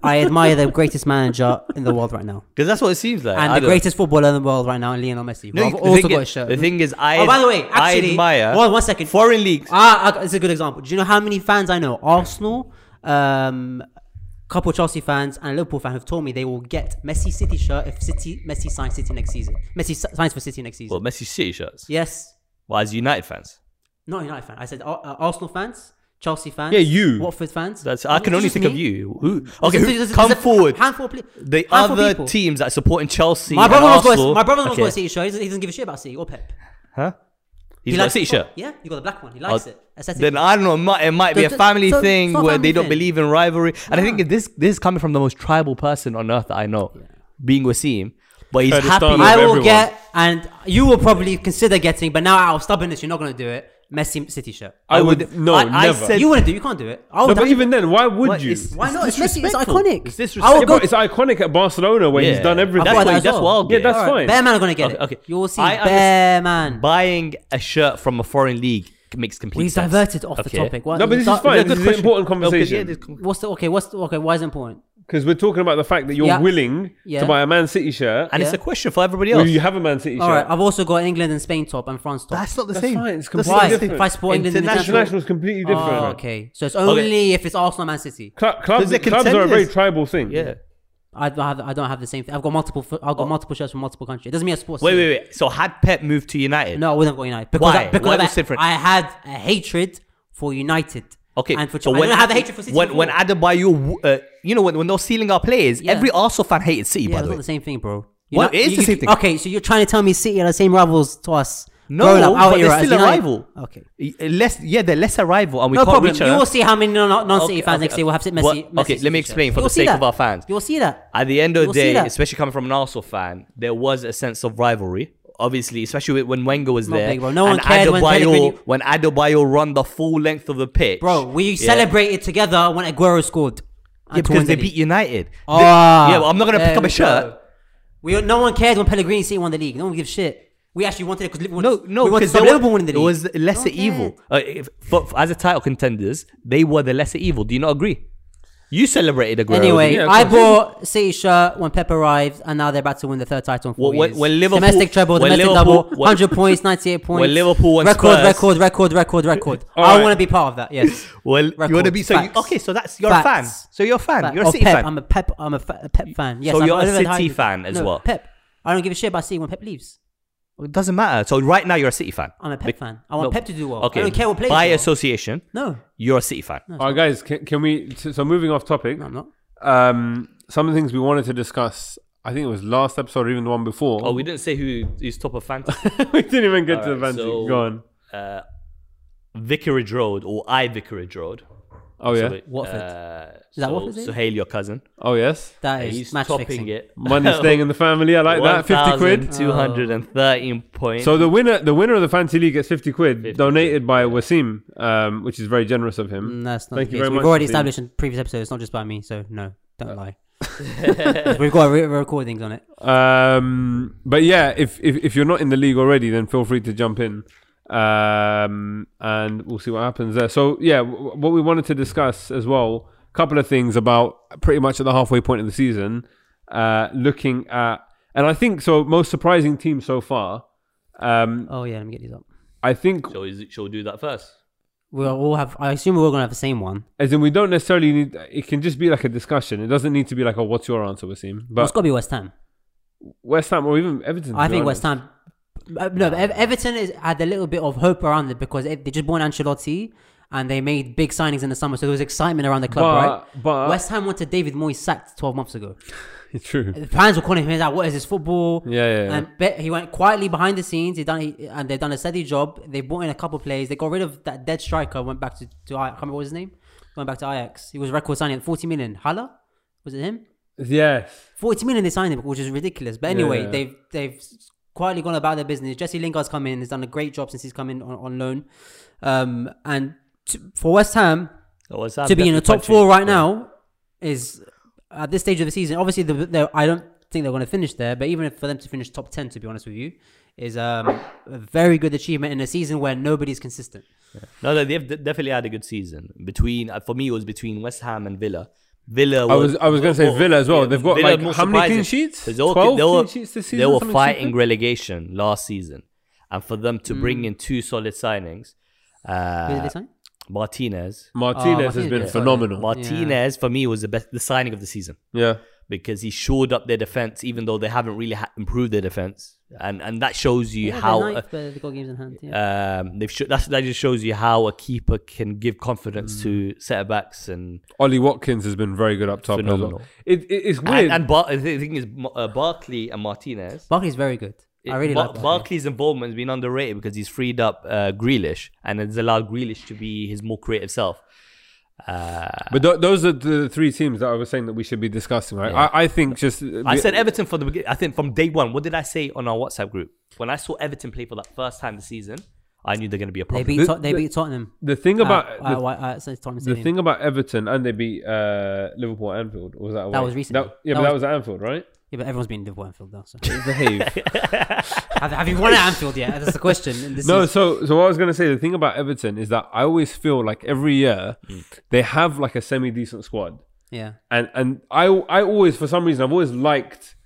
I admire the greatest manager in the world right (laughs) now. Because that's what it seems like. And I the don't- greatest footballer in the world right now, Lionel Messi. No, No, you- I've the also thing got a is- shirt. The thing is, I oh, by the way, actually, I uh, admire. Hold on one second. Foreign leagues. Ah, ah, it's a good example. Do you know how many fans I know? Arsenal, um, couple Chelsea fans, and Liverpool fan have told me they will get Messi City shirt if City Messi signs City next season. Messi s- signs for City next season. Well, Messi City shirts. yes, Well, as United fans, not United fan. I said Ar- uh, Arsenal fans, Chelsea fans. Yeah, you. Watford fans. that's I It's can only just think me. of you. Who? Okay, There's- who- there's- come there's a forward. Handful of ple- The handful of other people. teams that supporting Chelsea. My and brother-in-law's got a- Arsenal- my brother-in-law's got a Okay. City shirt. He doesn't, he doesn't give a shit about City or Pep. Huh? He's got a t-shirt. Yeah, you got the black one. He likes I'll- it. Aesthetic. Then I don't know. It might, it might be a Th- th- family so- thing it's not a where family they don't thing. believe in rivalry. And I think Yeah. if this this is coming from the most tribal person on earth that I know, being Wasim, but he's Kurdistan happy. with I will everyone. get, and you will probably consider getting, but now out of stubbornness, you're not going to do it. Messi City shirt. I, I would, would- no, I- never. I said- You wouldn't do. You can't do it. I no, would. but have- even then, why would What you? is- why not? It's Messi. It's disrespectful. iconic. It's I disrespectful. Yeah, would go. but it's iconic at Barcelona where he's Yeah. done everything. I'll That's buy that why- as that's well. what I'll yeah, get. that's All right, fine. Bear man are gonna get Okay, it. okay. You will see. I Bear man. Buying a shirt from a foreign league makes complete We've sense. diverted off the Okay. topic. What- No, but this is start- fine. yeah, This good is an question. important No, 'cause, yeah, conversation there's com- What's the okay? What's the, okay? Why is it important? because we're talking about the fact that you're Yeah. willing Yeah. to buy a Man City shirt. and it's Yeah. a question for everybody Well, else. you have a Man City shirt. All right, I've also got England and Spain top and France top. that's not the That's same. fine, it's That's completely not Why? the same. different. If I support England, International- International is completely different. Oh, okay, so it's only if it's Arsenal and Man City. Cl- clubs, Because they're clubs are a very contenders. tribal thing. Yeah. I don't have, I don't have the same thing. I've got multiple. fo- I've got Oh. multiple shirts from multiple countries. It doesn't mean I support. Wait, City. wait, wait. So had Pep moved to United? No, I wouldn't go United because Why? I, because Why I, was different? I had a hatred for United. Okay. and for so I when didn't have a hatred for City. when before. when Adebayo, uh, you know, when, when they're sealing our players, Yeah. every Arsenal fan hated City. yeah, by it's the not way, the same thing, bro. What? It is the same thing. Okay, so you're trying to tell me City are the same rivals to us? No, growing up, our but they're era as still a United? rival. Okay. Y- less yeah, they're lesser rival, and we No can't problem. reach You her. will see how many non- non-City Okay, fans okay, next year will have Messi. What- Messi okay, let me City explain shirt. for the You'll see sake of that. our fans. You'll see that. At the end of You'll the see day, that. especially coming from an Arsenal fan, there was a sense of rivalry. Obviously, especially when Wenger was Not there, big, bro. No one and cared when Pellegrini- Adebayo when Adebayo run the full length of the pitch, Bro, we Yeah. celebrated together when Aguero scored. Yeah, And to because win they the beat league. United. Ah, They- yeah, but I'm not gonna there pick up we a shirt. go. We no one cared when Pellegrini City won the league. No one gives shit. We actually wanted it because Liverpool. No, no, we wanted because to stop they were- Liverpool winning the It league. was lesser cared. evil. Uh, if, for, for- as a title contenders, they were the lesser evil. Do you not agree? You celebrated Aguero. Anyway, Yeah, of I course. bought City shirt when Pep arrived, and now they're about to win the third title. In four When- when- years. when Liverpool- domestic treble, when domestic Liverpool- double, when- hundred (laughs) points, ninety-eight points. Liverpool won record, Spurs- record, record, record, record. (laughs) All I right. want to be part of that. Yes. Well, you want to Records, be so you, facts. okay. So that's you're a fan. Facts. So you're a fan. Fact. You're a Oh, City Pep. fan. I'm a Pep. I'm a, fa- a Pep fan. Yes. So I'm- you're I a don't know how City you- fan as No, well. Pep. I don't give a shit about City when Pep leaves. it doesn't matter. So right now you're a City fan. I'm a Pep Be- fan. I want Pep to do well. Okay. I don't care what player. By do well. association, No, you're a City fan. All right, guys, can, can we? So so moving off topic, no, I'm not. um, some of the things we wanted to discuss. I think it was last episode or even the one before. Oh, we didn't say who is top of (laughs) fantasy. (laughs) we didn't even get to the Alright, fancy. so- Go on. Vicarage Road or I Vicarage Road. Oh yeah. So it- Watford. Uh, Is that so, Watford's name? Suhail, your cousin. oh yes. That is He's match topping fixing. it. (laughs) Money staying in the family. I like that. Fifty quid. 213 points. So the winner, the winner of the fancy league gets fifty quid donated by Wasim, um, which is very generous of him. Mm, That's not Thank the you case. very We've much, already Wasim. established in previous episodes. It's not just by me, so no, don't Uh. (laughs) lie. We've got re- recordings on it. Um, but yeah, if, if if you're not in the league already, then feel free to jump in, um, and we'll see what happens there. So yeah, w- what we wanted to discuss as well, a couple of things about pretty much at the halfway point of the season, uh, looking at, and I think so most surprising team so far. Um, Oh yeah, let me get these up. I think So is it- shall we do that first? We'll all have. I assume we're all gonna have the same one. as in we don't necessarily need. It can just be like a discussion. It doesn't need to be like, oh, what's your answer, Wasim? Well, it's But got to be West Ham. West Ham or even Everton. to I be think honest. West Ham. Uh, no, Ev- Everton is, had a little bit of hope around it because it, they just bought Ancelotti and they made big signings in the summer, so there was excitement around the club, But- right? but- West Ham wanted David Moyes sacked 12 months ago. True. The fans were calling him out. What is this football? Yeah, yeah, And be- he went quietly behind the scenes. He done he, and they've done a steady job. They brought in a couple players. They got rid of that dead striker. Went back to to I can't remember what his name. Went back to Ajax. He was record signing at 40 million. Hala was it him? Yes. 40 million they signed him, which is ridiculous. But anyway, Yeah. they've they've quietly gone about their business. Jesse Lingard's come in, has done a great job since he's come in on, on loan. Um, and to, for West Ham, Or is that to be in the definitely top four right punching? now is at this stage of the season. Obviously, the, the, I don't think they're going to finish there, but even if for them to finish top ten, to be honest with you, is um, a very good achievement in a season where nobody's consistent. No, no, they've de- definitely had a good season. Between uh, for me, it was between West Ham and Villa. Villa. I was I was going to say well, Villa as well. yeah, They've got Villa like more how many clean surprising. sheets? 'Cause they all- Twelve they were- clean sheets this season. They or were something fighting stupid? relegation last season, and for them to bring Mm. in two solid signings, Who did they uh, sign? Martinez. Oh, Martinez has Martinez, been yeah. phenomenal. Martinez for me was the best the signing of the season. yeah, because he shored up their defense, even though they haven't really ha- improved their defense, and and that shows you Yeah, how they're uh, ninth, but they got games in hand. Yeah. um they've sho- that's, that just shows you how a keeper can give Mm. confidence to to backs and Ollie Watkins has been very good up top. As well. Phenomenal. It, it, it's weird. and, and Bar- the thing is Mo- uh, Barkley and Martinez Barkley's very good. I really Bar- like that. Barkley's involvement has been underrated because he's freed up uh, Grealish and has allowed Grealish to be his more creative self. But th- those are the three teams that I was saying that we should be discussing, right? I, I think just I said Everton from the beginning. I think from day one. What did I say on our WhatsApp group? When I saw Everton play for that first time this season, I knew they're going to be a They problem. beat The- Tot- they the- beat Tottenham. the thing about uh, the, uh, uh, uh, so it's Tottenham the Stadium. thing about Everton and they beat uh, Liverpool at Anfield or was that away? That was recent. yeah, That but was- that was at Anfield, right? Yeah, but everyone's been to Anfield now. So. (laughs) Behave. have, have you won at Anfield yet? That's the question. And this no, is- so so what I was gonna say, the thing about Everton is that I always feel like every year Hmm. they have like a semi decent squad. yeah. and and I I always for some reason I've always liked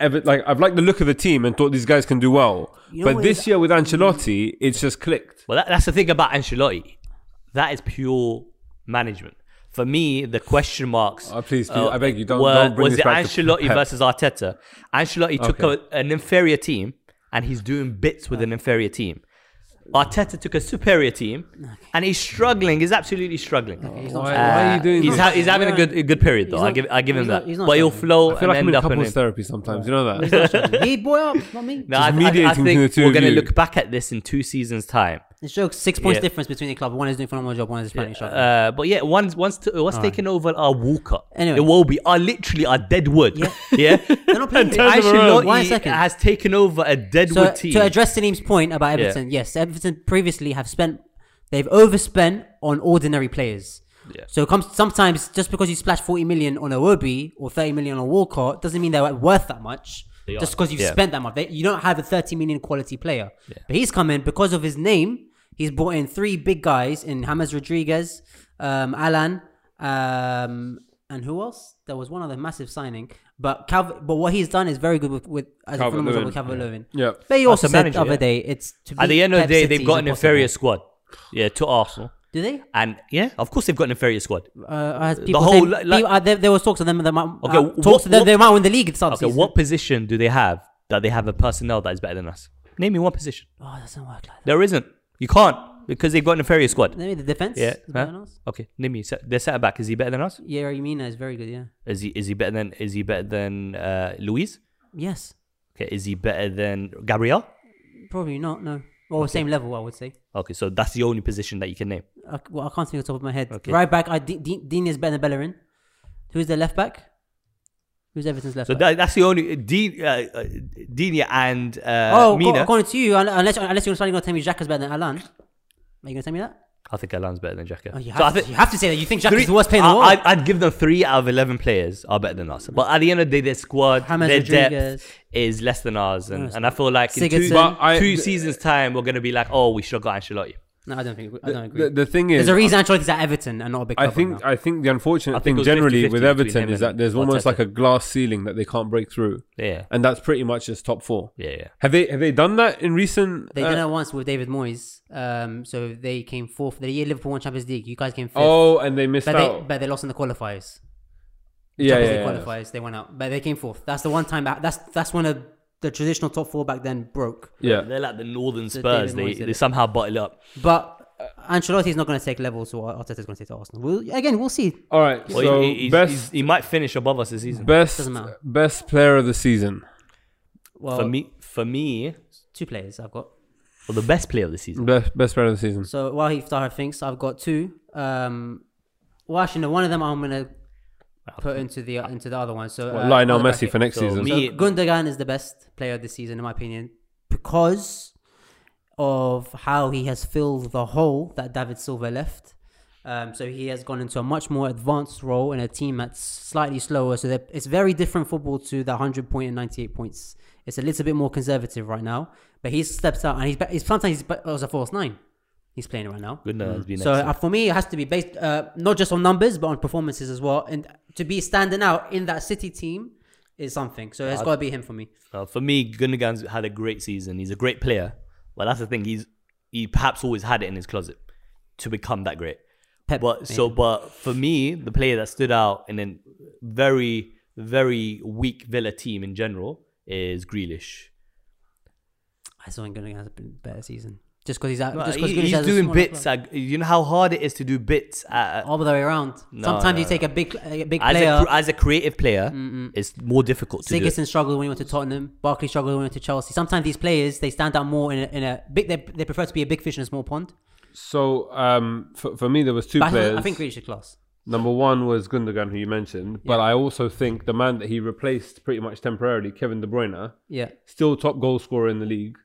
ever like I've liked the look of the team and thought these guys can do well. You know but what this is- year with Ancelotti, it's just clicked. Well, that, that's the thing about Ancelotti. That is pure management. For me, the question marks. uh, Oh, please, please, I beg you, don't- were- don't bring was this it back to Ancelotti Pep. versus Arteta? Ancelotti took Okay. a, an inferior team, and he's doing bits with an inferior team. Arteta took a superior team, and he's struggling. He's absolutely struggling. He's not Why, why are you doing He's, this? ha- he's having a good a good period though. He's I not- give I give him he's that. not- he's not but he'll struggling. flow I feel like I'm and in end up in couples it. therapy sometimes. You (laughs) know that. Hey, boy up, not me. No, I, I- I mediating between the think two we're of gonna you. look back at this in two seasons' time. It's jokes. Six points Yeah. difference between the club. One is doing a phenomenal job. One is apparently shocking. Uh, but yeah, once once to, once taken over our Walker, Anyway. it will be our literally our deadwood. Yeah, Yeah. (laughs) yeah. (laughs) They're not playing And it. Turn them around. One Ancelotti second. has taken over a deadwood so team. to address Salim's point about Yeah. Everton, yes, Everton previously have spent, they've overspent on ordinary players. Yeah. So it comes sometimes just because you splash forty million on a Obi or thirty million on Walcott doesn't mean they're worth that much. They Just are. because you've Yeah. spent that much, They- you don't have a thirty million quality player. But he's come in because of his name. He's brought in three big guys in James Rodriguez, um, Alan, um, and who else? There was one other massive signing. But Calv- but what he's done is very good with, with as a phenomenal job with Calvert-Lewin. Calvert-Lewin. Yeah. But you That's also the said manager, the other yeah. day, it's to At the beat end of the Pep day, City they've is got an impossible. inferior squad. Yeah, to Arsenal, Do they? and yeah, of course they've got an inferior squad. Uh, as people whole saying- li- like- people- uh, there, there was talks of them. They might, Okay, uh, what- talks of them. what- They might win the league. At the start of Okay, the season. what position do they have that they have a personnel that is better than us? Name me one position. Oh, it doesn't work like that. There isn't. You can't because they've got an inferior squad. Maybe the defense. Yeah. Is huh? better than us. Okay. Name me se- their centre back. Is he better than us? Yeah, Mina is very good. Yeah. Is he is he better than is he better than uh, Luis? Yes. Okay, is he better than Gabriel? Probably not. No. Or same level, I would say. Okay, so that's the only position that you can name. I, well, I can't think off the top of my head. Okay. Right back, I, D- D- Dean is better than Bellerin. Who's their left back? Who's Everton's left So back? that, that's the only Dean, uh, uh, Dinia and uh, oh, Mina. ac- according to you, un- unless unless you're starting to tell me Jack is better than Alan. Are you going to tell me that? I think Alan's better than Jacka. Oh, you, so I have think to, you have to say that. You think Jack three- is the worst player in the world. I, I'd, I'd give them three out of eleven players are better than us. But at the end of the day, their squad, James their Rodriguez. depth is less than ours, and, and I feel like in two, Sigurdsson. But I- two seasons time, we're gonna be like, oh, we should have got Ancelotti. no, I don't think. I don't agree. The, the thing is, There's a reason Ancelotti's at Everton and not a big club I right think now. I think the unfortunate I think it thing was generally with 50-50 between Everton him is that and there's almost Arteta. like a glass ceiling that they can't break through. Yeah. And that's pretty much just top four. Yeah, yeah. Have they have they done that in recent? They uh, did it once with David Moyes. Um, so they came fourth. The year Liverpool won Champions League, you guys came fifth. oh, and they missed but they, out. but they lost in the qualifiers. yeah, Champions yeah, League yeah. qualifiers. They went out, but they came fourth. That's the one time. That, that's that's when a, the traditional top four back then broke. Yeah. They're like the Northern So Spurs. David They, Moyes did they it. somehow bottle up. But Ancelotti is not going to take levels, so Arteta's going to take to Arsenal. We'll, again, we'll see. All right. Well, so he, he's- best he's- he might finish above us this season. best Doesn't matter. best player of the season. Well, for me, for me, two players I've got. well, the best player of the season. Best best player of the season. So while he Iftar thinks, I've got two. Um, well, actually, no, one of them I'm going to put into the into the other one. So Well, uh, Lionel other Messi bracket. for next So season. me- So Yeah. Gundogan is the best player this season, in my opinion, because of how he has filled the hole that David Silva left. Um, so he has gone into a much more advanced role in a team that's slightly slower. So that- it's very different football to the 100 point and 98 points. It's a little bit more conservative right now, but he's stepped out and he's, be- he's sometimes he's be- as a false nine. He's playing right now. Good has been So excellent. uh, for me, it has to be based uh, not just on numbers but on performances as well. And to be standing out in that City team is something. So it's got to be him for me. Uh, for me, Gundogan's had a great season. He's a great player, but that's the thing. He's he perhaps always had it in his closet to become that great. Pep, but so, but for me, the player that stood out in a very very weak Villa team in general is Grealish. I still think Gundogan has a better season. just because he's out. No, just 'cause he- Grealish he's has a doing smaller bits. club. At, you know how hard it is to do bits at, all the way around. No, Sometimes no, you take a big, a big as, player. a, cr- as a creative player. It's more difficult to do. it. Sigurdsson struggled when he went to Tottenham. Barkley struggled when he went to Chelsea. Sometimes these players they stand out more in a, in a big. They, they prefer to be a big fish in a small pond. So um, for, for me, there was two But I, players. think- I think Grealish is class. Number one was Gundogan, who you mentioned, but I also think the man that he replaced pretty much temporarily, Kevin De Bruyne, Yeah, still top goal scorer in the league.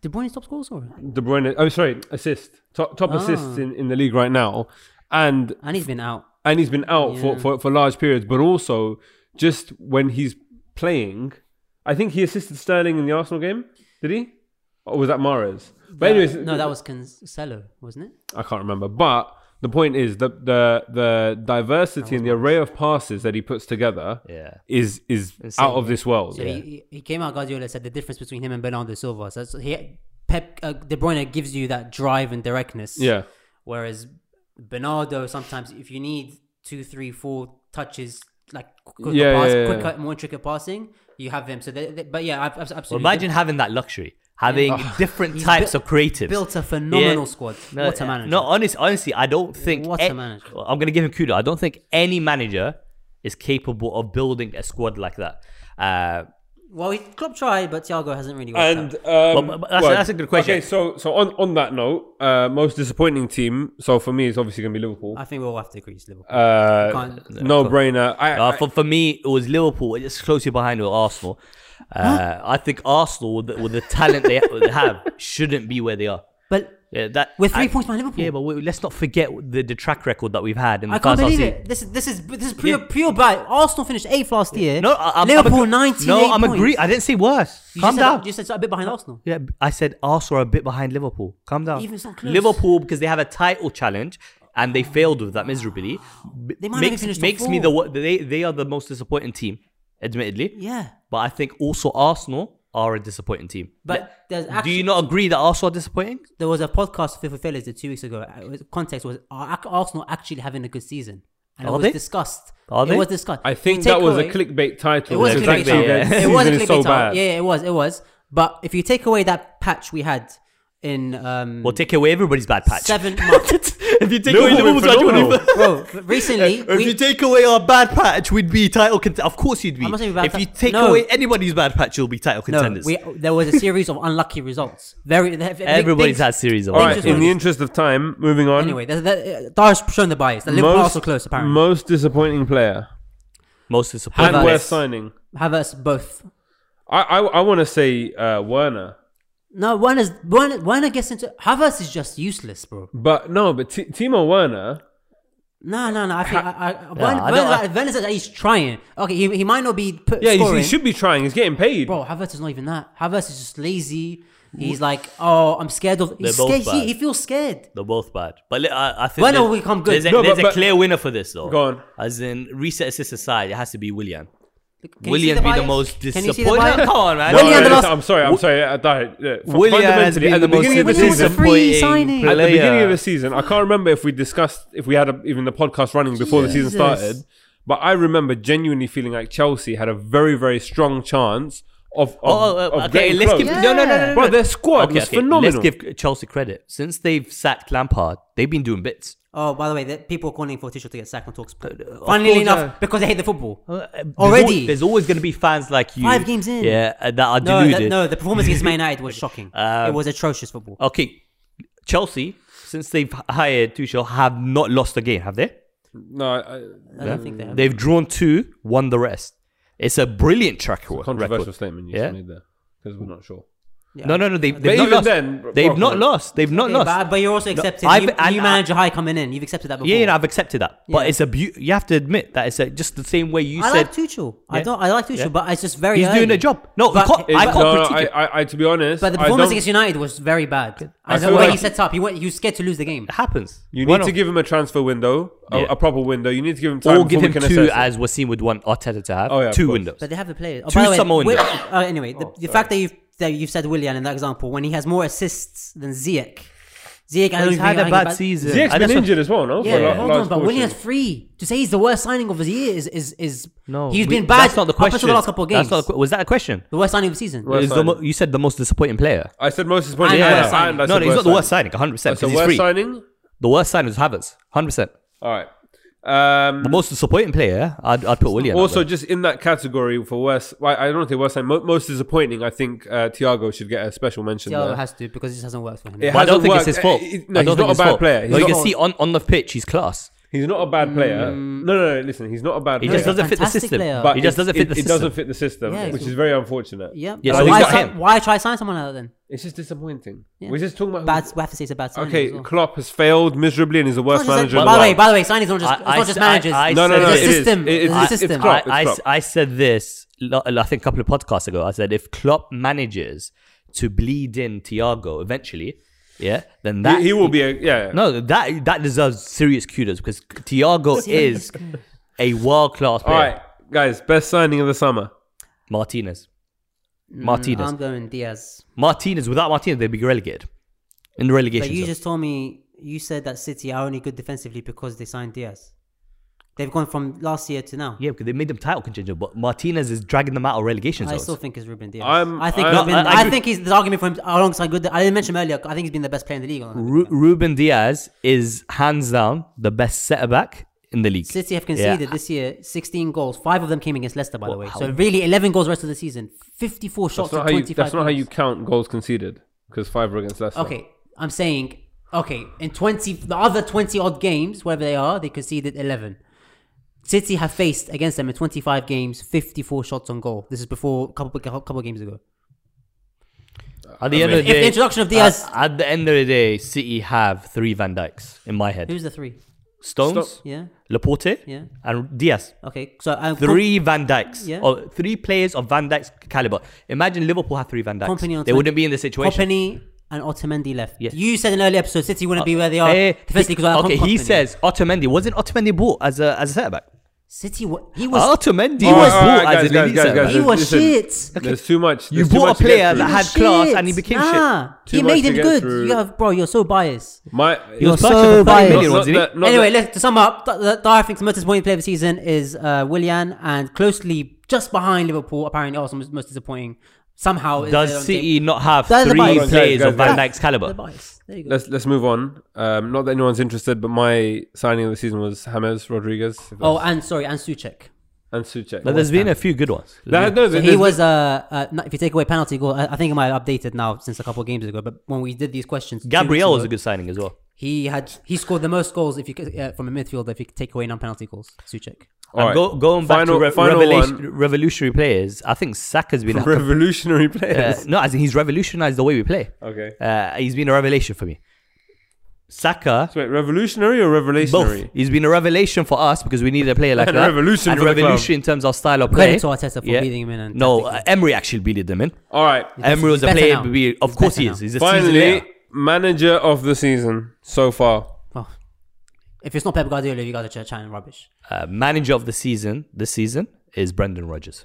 De Bruyne top scorer. scorer. De Bruyne, oh sorry, assist, top Ah. top assists in, in the league right now, and and he's been out. and he's been out for, Yeah. for for large periods, but also just when he's playing, I think he assisted Sterling in the Arsenal game. Did he? Or was that Mares? But anyways, no, that was Cancelo, wasn't it? I can't remember. But the point is the the the diversity and the array of passes that he puts together Yeah. is is Insane, out of this world. So he he, he came out. Guardiola said the difference between him and Bernardo Silva. So that's- he, Pep uh, De Bruyne gives you that drive and directness. Yeah. Whereas Bernardo, sometimes if you need two, three, four touches, like quicker, Yeah, pass, yeah, yeah, quicker more intricate passing, you have him. So, they, they- but yeah, I've, I've Well, absolutely. imagine having that luxury, having different types built- of creatives. built a phenomenal Yeah. squad. No, what a manager! No, honest, honestly, I don't think. What a manager. I'm going to give him kudos. I don't think any manager is capable of building a squad like that. Uh, well, he, Klopp tried, but Thiago hasn't really worked And out. um, but that's- that's a good question. Okay, so so on, on that note, uh, most disappointing team. So for me, it's obviously going to be Liverpool. I think we'll have to agree it's Liverpool. Uh, can't- no brainer. I, uh, I- for, for me, it was Liverpool. It's closely behind with Arsenal. Uh, I think Arsenal, with the, with the talent they (laughs) they have, shouldn't be where they are. but Yeah, that We're three I- points behind Liverpool. Yeah, but we, let's not forget the, the track record that we've had in the I can't past half believe season. it. This is this is this is pure pure bad. Arsenal finished eighth last year. No, I, I'm, Liverpool I'm, ag- 98 No, I'm points. agree. I didn't say worse. You Calm just down. Said, you said a bit behind Arsenal. Yeah, b- I said Arsenal are a bit behind Liverpool. Calm down. Even so close. Liverpool because they have a title challenge and they failed with that miserably. b- They might only makes finish top makes me four. the wo- they they are the most disappointing team, admittedly. Yeah. But I think also Arsenal are a disappointing team. But Th- there's do actually- you not agree that Arsenal are disappointing? There was a podcast with FIFA Failures did two weeks ago. It was- Context was are Ac- Arsenal actually having a good season, and it Are was they? discussed. Are it they? was discussed. I You think take that was away- a clickbait title. It was a It's clickbait clickbait. actually title. title. their Yeah. It was a season clickbait is so title. bad. Yeah, it was. It was. But if you take away that patch we had in um, Well, take away everybody's bad patch. (laughs) seven months, if you take Liverpool away were Liverpool's phenomenal. bad- (laughs) bro, recently (laughs) If we, you take away our bad patch, we'd be title contenders. Of course, you'd be. I'm not saying we're bad if you pat- take No. away anybody's bad patch, you'll be title no, contenders. we, there was a series of unlucky results. Very things- Everybody's had series of All bad right. just In went- the interest of time, moving on. Anyway, that, that, uh, Dar's shown the bias. That Liverpool are also close apparently. Most disappointing player most and disappointing. Havertz. worst signing. Have us both. I I, I want to say uh, Werner, No, one is one. One gets into Havertz is just useless, bro. but no, but T- Timo Werner. No, no, no. I think I, (laughs) I, I Werner- don't- Werner- Werner's at least trying. Okay, he, he might not be put, Yeah, he's, scoring. he should be trying. He's getting paid. Bro, Havertz is not even that. Havertz is just lazy. He's like, oh, I'm scared of. He's They're both scared. He, bad. he feels scared. They're both bad. But li- I, I think Why don't there's- we come good? There's, a, No, there's but- a but- clear winner for this though. Go on. As in reset assists aside, it has to be William. Can you see William be the bias? most Can you see the disappointing. bias? (laughs) Come on, man. No, Willian no, the no, last- I'm sorry. I'm sorry. I died. Yeah, fu- William has fundamentally, been at the the most beginning Willian of the was a season, free disappointing signing. at the player. beginning of the season, I can't remember if we discussed if we had a, even the podcast running before the season Jesus. started, but I remember genuinely feeling like Chelsea had a very very strong chance of of, Oh, uh, of okay. getting Let's close. give no, no, no, no, no. Bro, their squad Okay, was okay, phenomenal. Let's give Chelsea credit. Since they've sacked Lampard, they've been doing bits. Oh, by the way, that people are calling for Tuchel to get sacked on Talksport. Uh, course, Funnily enough, yeah. because they hate the football. There's al- Already. there's always going to be fans like you. Five games in. Yeah, uh, that are no, deluded. the, no, the performance against Man United (laughs) Uh, was shocking. it was atrocious football. Okay, Chelsea. Since they've hired Tuchel, have not lost a game, have they? no, I, I don't think they have. They've drawn two, won the rest. It's a brilliant track record. controversial record. statement you Yeah. just made there because we're not sure. No, no, no. They, But they've not even lost. then, bro, they've come not on. lost. They've not Okay, lost. But, but you're also accepting I've- new, and new I- manager high coming in. You've accepted that before. yeah, you know, I've accepted that. But Yeah. it's a beauty. You have to admit that it's a, just the same way you I said like Tuchel. I Yeah. don't. I like Tuchel, Yeah. but it's just very. he's doing early. a job. No, But- you can't, I It- can't no, critique I, it. I, I, to be honest, But the I performance don't- against United was very bad. As the feel way like- he sets up, he went, he was scared to lose the game. It happens. You Why need to not? give him a transfer window, a, Yeah. a proper window. You need to give him time. or give before we him can two, assess it. as Wasim would want Arteta to have. Oh, yeah, of two course. windows. But they have the players. Oh, Two by the way, Samoan Wi- guys. uh, Oh, anyway, the, the fact that you've that you've said Willian in that example, when he has more assists than Ziyech, Ziyech, I don't He's think- had I a think bad about- season. Ziyech's And been that's what- injured as well, no? For Yeah, a lot- hold large on, but portion. Willian has three. To say he's the worst signing of his year is is, is No, He's we- been bad. That's not the Up question. until the last couple of games. That's not the, que- was that a question? the worst signing of the season. Worst Is the mo- signing. you said the most disappointing player. I said most disappointing. Yeah. player, Worst signing. and I no, said no, he's not the worst signing. 100. percent That's the He's worst free. signing. The worst signing was Havertz. 100. percent All right. Um, The most disappointing player, I'd, I'd put William. also, just in that category for worst, well, I don't think worst signing. Mo- most disappointing, I think uh, Thiago should get a special mention. Thiago there. has to because it just hasn't worked for him. It but I hasn't don't think worked. it's his fault. Uh, he- no, I he's don't not think a it's bad fault. player. He's But you not can see on, on the pitch, he's class. He's not a bad player. no, no, no. Listen, he's not a bad Mm. He player. just doesn't fit the Fantastic system. player. But he just it- doesn't fit it, the It system. doesn't fit the system, Yeah, which it's- is very unfortunate. Yeah. Yeah, So so why, he's got sign- him. why try sign someone like that then? It's just disappointing. We're just talking about Bad. We have to say it's a bad signing. Okay, as well. Klopp has failed miserably and he's the It's worst not just manager. like- in by the the way, world. by the way, signing's not just. I- It's not I- just I- managers. I- no, no, said no. It's It a is. system. It- It's, It's a it's system. Klopp. It's I, I, Klopp. I said this, lo- I think a couple of podcasts ago. I said if Klopp manages to bleed in Thiago eventually, yeah, then that he, he will be a yeah. No, that that deserves serious kudos because Thiago is a world class All player. right, guys, best signing of the summer. Martinez, Mm, Martinez, I'm going Diaz. Martinez. Without Martinez, they'd be relegated in the But relegation. you zone. just told me you said that City are only good defensively because they signed Diaz. They've gone from last year to now. yeah, because they made them title contender, but Martinez is dragging them out of relegation I zones. still think it's Ruben Diaz. I'm- I think I'm- Ruben, I- I I, do- think he's the argument for him alongside good. I didn't mention him earlier. I think he's been the best player in the league. on- Ru- Ruben Diaz is hands down the best centre back in the league. City have conceded Yeah. this year 16 goals. Five of them came against Leicester, by the way. Wow. So really, 11 goals rest of the season. 54 shots That's not and how you. 25. That's not how you goals. count goals conceded because five were against Leicester. Okay, I'm saying okay. In 20, the other 20 odd games, wherever they are, they conceded 11. City have faced against them in 25 games, 54 shots on goal. This is before a couple couple games ago. At the end of the If the day, introduction of Diaz- at, at the end of the day, City have three Van Dykes in my head: Who's the three? Stones, Stop. Yeah. Laporte, Yeah. and Diaz. Okay. So um, Three Van Dykes, Yeah. or three players of Van Dykes caliber. Imagine Liverpool had three Van Dykes; Company on they 20 wouldn't be in this situation. Company and Otamendi left. Yes. You said in an earlier episode City wouldn't be where they are. Eh, defensively he- 'cause of okay, he Company. says Otamendi wasn't Otamendi bought as a as a centre back. City. wa- He was. Otamendi All right, was all right, bought as guys, an guys, elite guys, centre guys, back. He was listen. shit. There's too much. You there's too bought a much to player get that through. had class and he became shit. Too He much made to him get good. through. You have, bro, you're so biased. My He was You're such so a biased. million, Not wasn't he? that- not anyway, let's, to sum up, th- th- th- I think the most disappointing player of the season is uh, Willian, and closely just behind Liverpool, apparently also most, most disappointing. Somehow, is their own Does game. City not have That's the three bias. players Guys, of Van guys, Dijk's The caliber? bias. There you go. Let's let's move on. Um, not that anyone's interested, but my signing of the season was James Rodriguez. if oh, that's- and sorry, and Suchek. and Suchek. But there's been a few good ones. That- no, So there's- he was, uh, uh, no, if you take away penalty goal, I, I think it might have updated now since a couple of games ago. But when we did these questions, two weeks Gabriel was ago, a good signing as well. He had he scored the most goals if you c- uh, from a midfielder if you could take away non-penalty goals. Suchek. All And right. go, going back Final- to re- final revelation- one. revolutionary players, I think Saka's been. (laughs) a- revolutionary (laughs) uh, players. no, as in he's revolutionized the way we play. okay. Uh, he's been a revelation for me. Saka, So wait, revolutionary or both. revelationary? He's been a revelation for us because we needed a player like And (laughs) a that. revolution and for the revolution club. in terms of style of play. Credit to Arteta for beating him in and no, tactically. uh, Emery actually beat them in. All right. Emery was a better player. now. We, of He's course better he now. is. He's a seasoned Finally, player. manager of the season so far. Oh. If it's not Pep Guardiola, you guys are ch- chatting rubbish. Uh, manager of the season this season is Brendan Rodgers.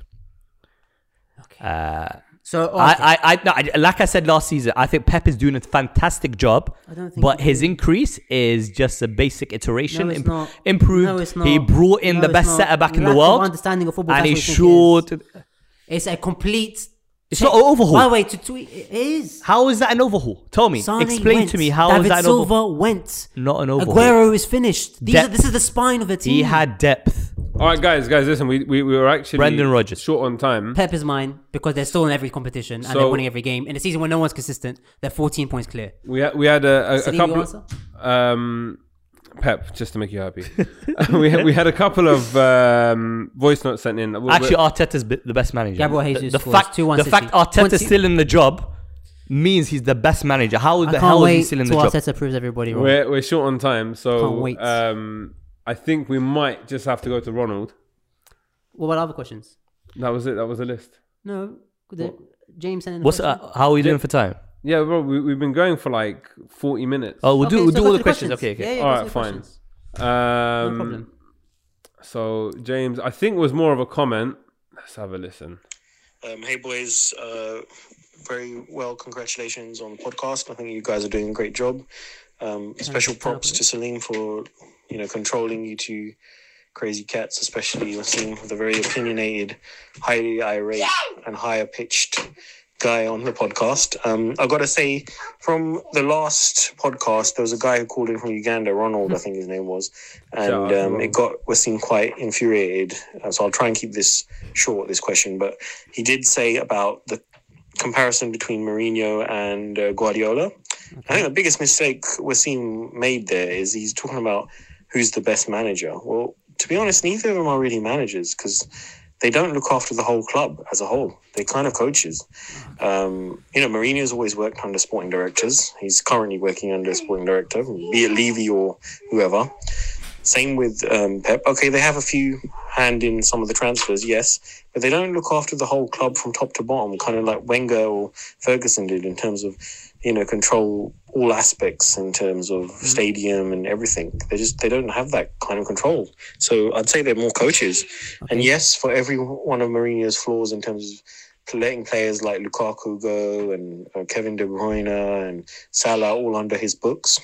Okay. so Oh, okay. I, I, I, no, I, like I said last season, I think Pep is doing a fantastic job. I don't think but he his increase is just a basic iteration. No, it's imp- not. Improved. No, it's He not. brought in No, the it's best not. setter back in Lack the of world. understanding of football, and that's he what you think showed. it's a complete. It's not an overhaul. By the way, to tweet it is. How is that an overhaul? Tell me. Sane Explain went. to me how is David that an Silva overhaul? went. Not an overhaul. Aguero is finished. These Depth. are, this is the spine of the team. He had depth. All right, guys, guys, listen, we, we, we were actually Brendan Rodgers. short on time. Pep is mine because they're still in every competition and So- they're winning every game. In a season where no one's consistent, they're 14 points clear. We had, we had a, a, a Salim, you couple. answer? Um, Pep, just to make you happy, (laughs) we had, we had a couple of um, voice notes sent in. We'll- Actually, we'll- Arteta's b- the best manager. Gabriel The- Jesus the scores fact, 2-1 the City. fact Arteta's 20 still in the job means he's the best manager. How I the can't hell wait is he still in the till job? Arteta proves everybody wrong. we're, we're short on time, so Can't wait. Um, I think we might just have to go to Ronald. What about other questions? That was it. That was the list. No. The, James and What's uh, how are we doing for time? Yeah, bro, we, we've been going for like forty minutes. Oh, we'll do Okay, we'll so do go to all the the questions. questions. Okay, okay. Yeah, yeah. All go to right, the fine. questions. Um, No problem. So James, I think was more of a comment. Let's have a listen. Um, hey, boys. Uh, very well. Congratulations on the podcast. I think you guys are doing a great job. Um, special props to Celine for you know controlling you two crazy cats, especially Celine for the very opinionated, highly irate, and higher pitched guy on the podcast. Um, I gotta say, from the last podcast, there was a guy who called in from Uganda, Ronald, I think his name was, and out to um, it Ronald. got Wasim quite infuriated. Uh, so I'll try and keep this short, this question, but he did say about the comparison between Mourinho and uh, Guardiola. I think the biggest mistake Wasim made there is he's talking about who's the best manager. Well, to be honest, neither of them are really managers because they don't look after the whole club as a whole. They're kind of coaches. Um, you know, Mourinho's always worked under sporting directors. He's currently working under a sporting director, be it Levy or whoever. Same with um, Pep. Okay, they have a few hand in some of the transfers, yes, but they don't look after the whole club from top to bottom, kind of like Wenger or Ferguson did in terms of, you know, control all aspects in terms of stadium and everything. They just they don't have that kind of control. So I'd say they're more coaches. And yes, for every one of Mourinho's flaws in terms of letting players like Lukaku go and uh, Kevin De Bruyne and Salah all under his books.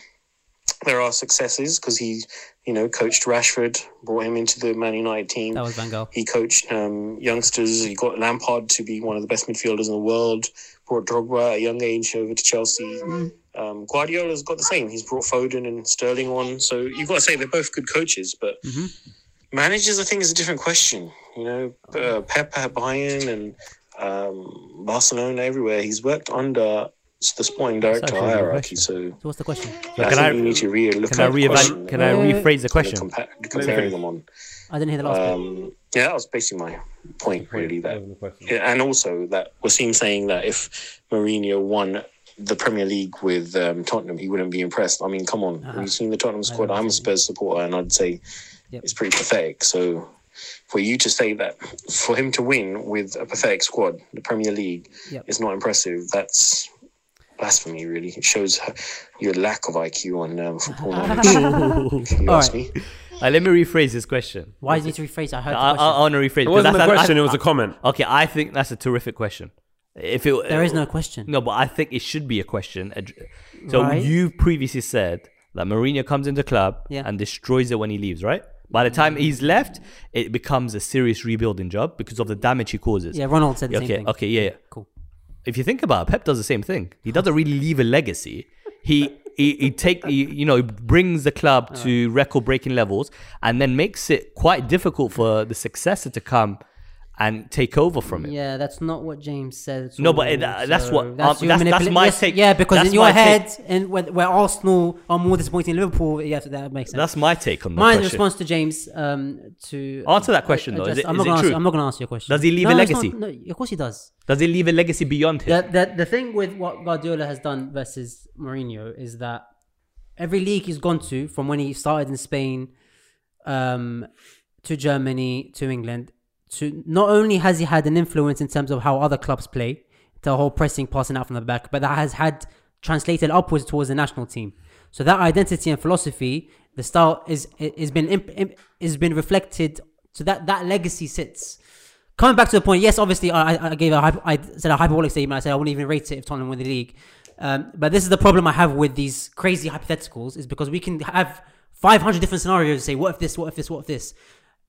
There are successes because he, you know, coached Rashford, brought him into the Man United team. That was Van Gaal. He coached um, youngsters. He got Lampard to be one of the best midfielders in the world. Brought Drogba at a young age over to Chelsea. Mm-hmm. Um, Guardiola's got the same. He's brought Foden and Sterling on. So you've got to say they're both good coaches, but Mm-hmm. managers, I think, is a different question. You know, uh, Pep at Bayern and um, Barcelona everywhere. He's worked under the sporting director actually a good hierarchy. So So what's the question? I can think I- we need to re- look Can I at the question reevaluate? Can I and rephrase the question? compa- comparing them on. I didn't hear the last bit. Um, yeah, that was basically my point, really. That That was the question. yeah, and also that Wasim saying that if Mourinho won the Premier League with um, Tottenham, he wouldn't be impressed. I mean, come on, Uh-huh. have you seen the Tottenham squad? I'm a Spurs supporter, and I'd say Yep. it's pretty pathetic. So for you to say that for him to win with a pathetic squad, the Premier League Yep. is not impressive. That's blasphemy, really. It shows your lack of IQ on um, (laughs) football knowledge. if you All ask right. me. Uh, let me rephrase this question. Why do you need to rephrase? it? I heard I, the I, I question. want to rephrase. It wasn't a because I- question, I- it was a comment. Okay, I think that's a terrific question. If it, There is no question. No, but I think it should be a question. Ad- So Right. you previously said that Mourinho comes into club Yeah. and destroys it when he leaves, right? By the time he's left, it becomes a serious rebuilding job because of the damage he causes. Yeah, Ronald said the okay, same thing. okay, yeah, yeah. Cool. If you think about it, Pep does the same thing. He doesn't really leave a legacy. He he, he take he, you know he brings the club to record breaking levels and then makes it quite difficult for the successor to come and take over from it. Yeah, that's not what James said. at No, all, but it- uh, that's what- um, your that's- that's manipula- my take. Yeah, because That's in your my take. head, and where, where Arsenal are more disappointing than Liverpool, yes, that makes sense. That's my take on the My question. response to James um, to Answer that question, though. Is address- it- I'm is not it gonna true? Answer, I'm not going to answer your question. Does he leave no, a it's legacy? Not, no, of course he does. Does he leave a legacy beyond him? The, the the thing with what Guardiola has done versus Mourinho is that every league he's gone to, from when he started in Spain, um, to Germany, to England, to not only has he had an influence in terms of how other clubs play, the whole pressing, passing out from the back, but that has had translated upwards towards the national team. So that identity and philosophy, the style is is been imp, imp, is been reflected. So that that legacy sits. Coming back to the point, yes, obviously I, I- I gave a hypo- I said a hyperbolic statement. I said I wouldn't even rate it if Tottenham win the league. Um, but this is the problem I have with these crazy hypotheticals is because we can have 500 different scenarios. and Say what if this, what if this, what if this.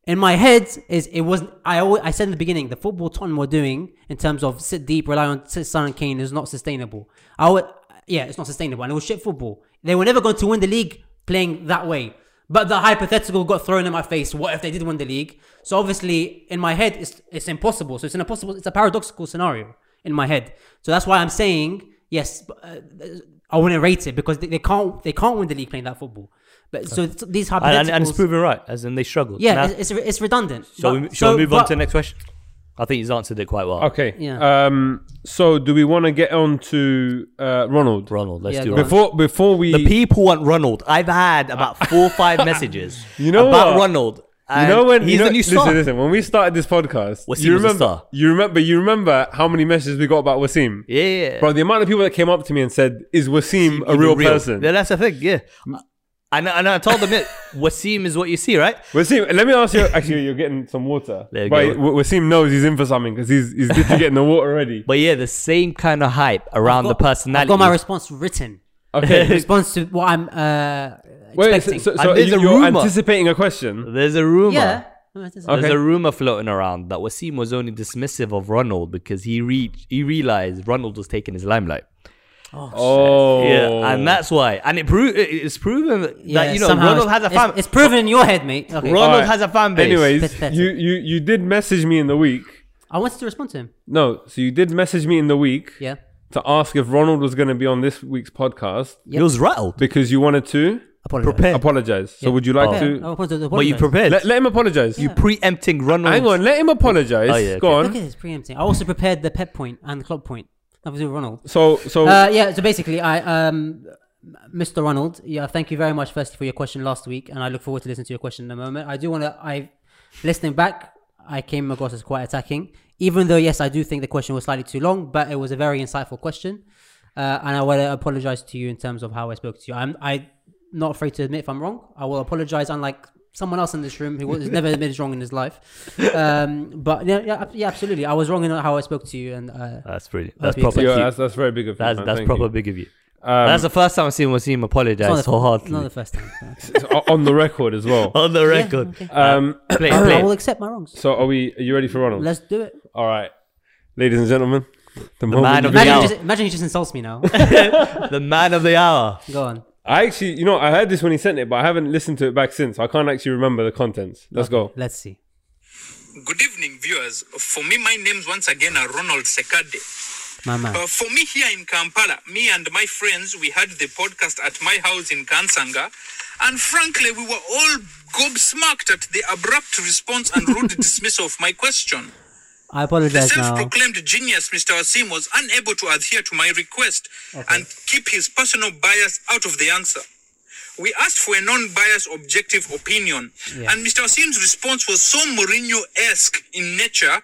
In my head is it wasn't. I always, I said in the beginning the football Tottenham were doing in terms of sit deep, rely on Son and Kane is not sustainable. I would yeah, it's not sustainable and it was shit football. They were never going to win the league playing that way. But the hypothetical got thrown in my face. What if they did win the league? So obviously, in my head, it's it's impossible. So it's an impossible. It's a paradoxical scenario in my head. So that's why I'm saying yes. but, Uh, I wouldn't rate it because they, they can't they can't win the league playing that football. But so it's- these hypotheticals. and, and, and it's proven right, as in they struggled. Yeah, Now- it's, it's it's redundant. shall, But- we, shall we move on but- to the next question? I think he's answered it quite well. Okay. Yeah. Um, so do we want to get on to uh, Ronald? Ronald, let's Yeah, do go Ronald. Before before we The people want Ronald. I've had about four or (laughs) five messages You know about what? Ronald. you and know when he's you know, the new listen, star. listen, when we started this podcast, Wasim you was a remember star. you remember you remember how many messages we got about Wasim. Yeah, yeah, yeah. Bro, the amount of people that came up to me and said, "Is Wasim a He's real, person?" Yeah, that's the thing. Yeah, And, and I told them (laughs) it. Wasim is what you see, right? Wasim, let me ask you. Actually, you're getting some water. There you but go. W- Wasim knows he's in for something because he's he's literally getting the water (laughs) ready. But yeah, the same kind of hype around I've the got- I've personality. got my response written. (laughs) Okay. response to what I'm uh, Wait, so, expecting. so, And so there's you, a you're rumour. anticipating a question? There's a rumor. yeah. Okay. There's a rumor floating around that Wasim was only dismissive of Ronald because he reached, he realized Ronald was taking his limelight. Oh, Yeah, and that's why. And it pro- it- it's proven that Yeah, you know somehow Ronald it's- has a it's- fan. It's, proven in your head, mate. Okay. Ronald Alright. has a fan base. Anyways, Pathetic. you, you you did message me in the week. I wanted to respond to him. No, so you did message me in the week Yeah. to ask if Ronald was going to be on this week's podcast it was rattled. because you wanted to Apologize. Prepared. apologize. So would you like Yeah, Oh. to? I wanted to apologize. But you prepared. Let, let him apologize. you preempting Ronald. Hang on, let him apologize. Oh, yeah, Go Look at on. this preempting. I also prepared the pep point and the club point. That was with Ronald. So so Uh, yeah, so basically, I, um, Mr. Ronald, yeah, thank you very much, firstly, for your question last week, and I look forward to listening to your question in a moment. I do want to, I, listening back, I came across as quite attacking, even though, yes, I do think the question was slightly too long, but it was a very insightful question, uh, and I want to apologize to you in terms of how I spoke to you. I'm, I, not afraid to admit if I'm wrong. I will apologize, unlike someone else in this room who has never admitted wrong in his life. Um, but yeah, yeah, yeah, absolutely, I was wrong in how I spoke to you, and uh, That's pretty. That's you proper. yeah, cute. that's that's very big of you. That's, man. that's Thank proper you. big of you. Um, that's the first time I've seen Wasim apologize it's so not, the, hardly not the first time. yeah. it's o- on the record as (laughs) well. on the record. Um, Play, I will- I (laughs) play. will it. accept my wrongs. so are we? Are you ready for Ronald? Let's do it. All right, ladies and gentlemen, the, moment man of you- the Imagine, hour. he just, imagine he just insults me now. (laughs) the man of the hour. Go on. I actually, you know, I heard this when he sent it, but I haven't listened to it back since. I can't actually remember the contents. Let's go. Let's see. Good evening, viewers. For me, my name's once again are Ronald Sekade. My man. Uh, for me here in Kampala, me and my friends, we had the podcast at my house in Kansanga, and frankly, we were all gobsmacked at the abrupt response and rude dismissal of my question. I The apologize now. self-proclaimed genius, Mr. Wasim, was unable to adhere to my request and keep his personal bias out of the answer. We asked for a non-biased, objective opinion, Yeah. and Mr. Wasim's response was so Mourinho-esque in nature.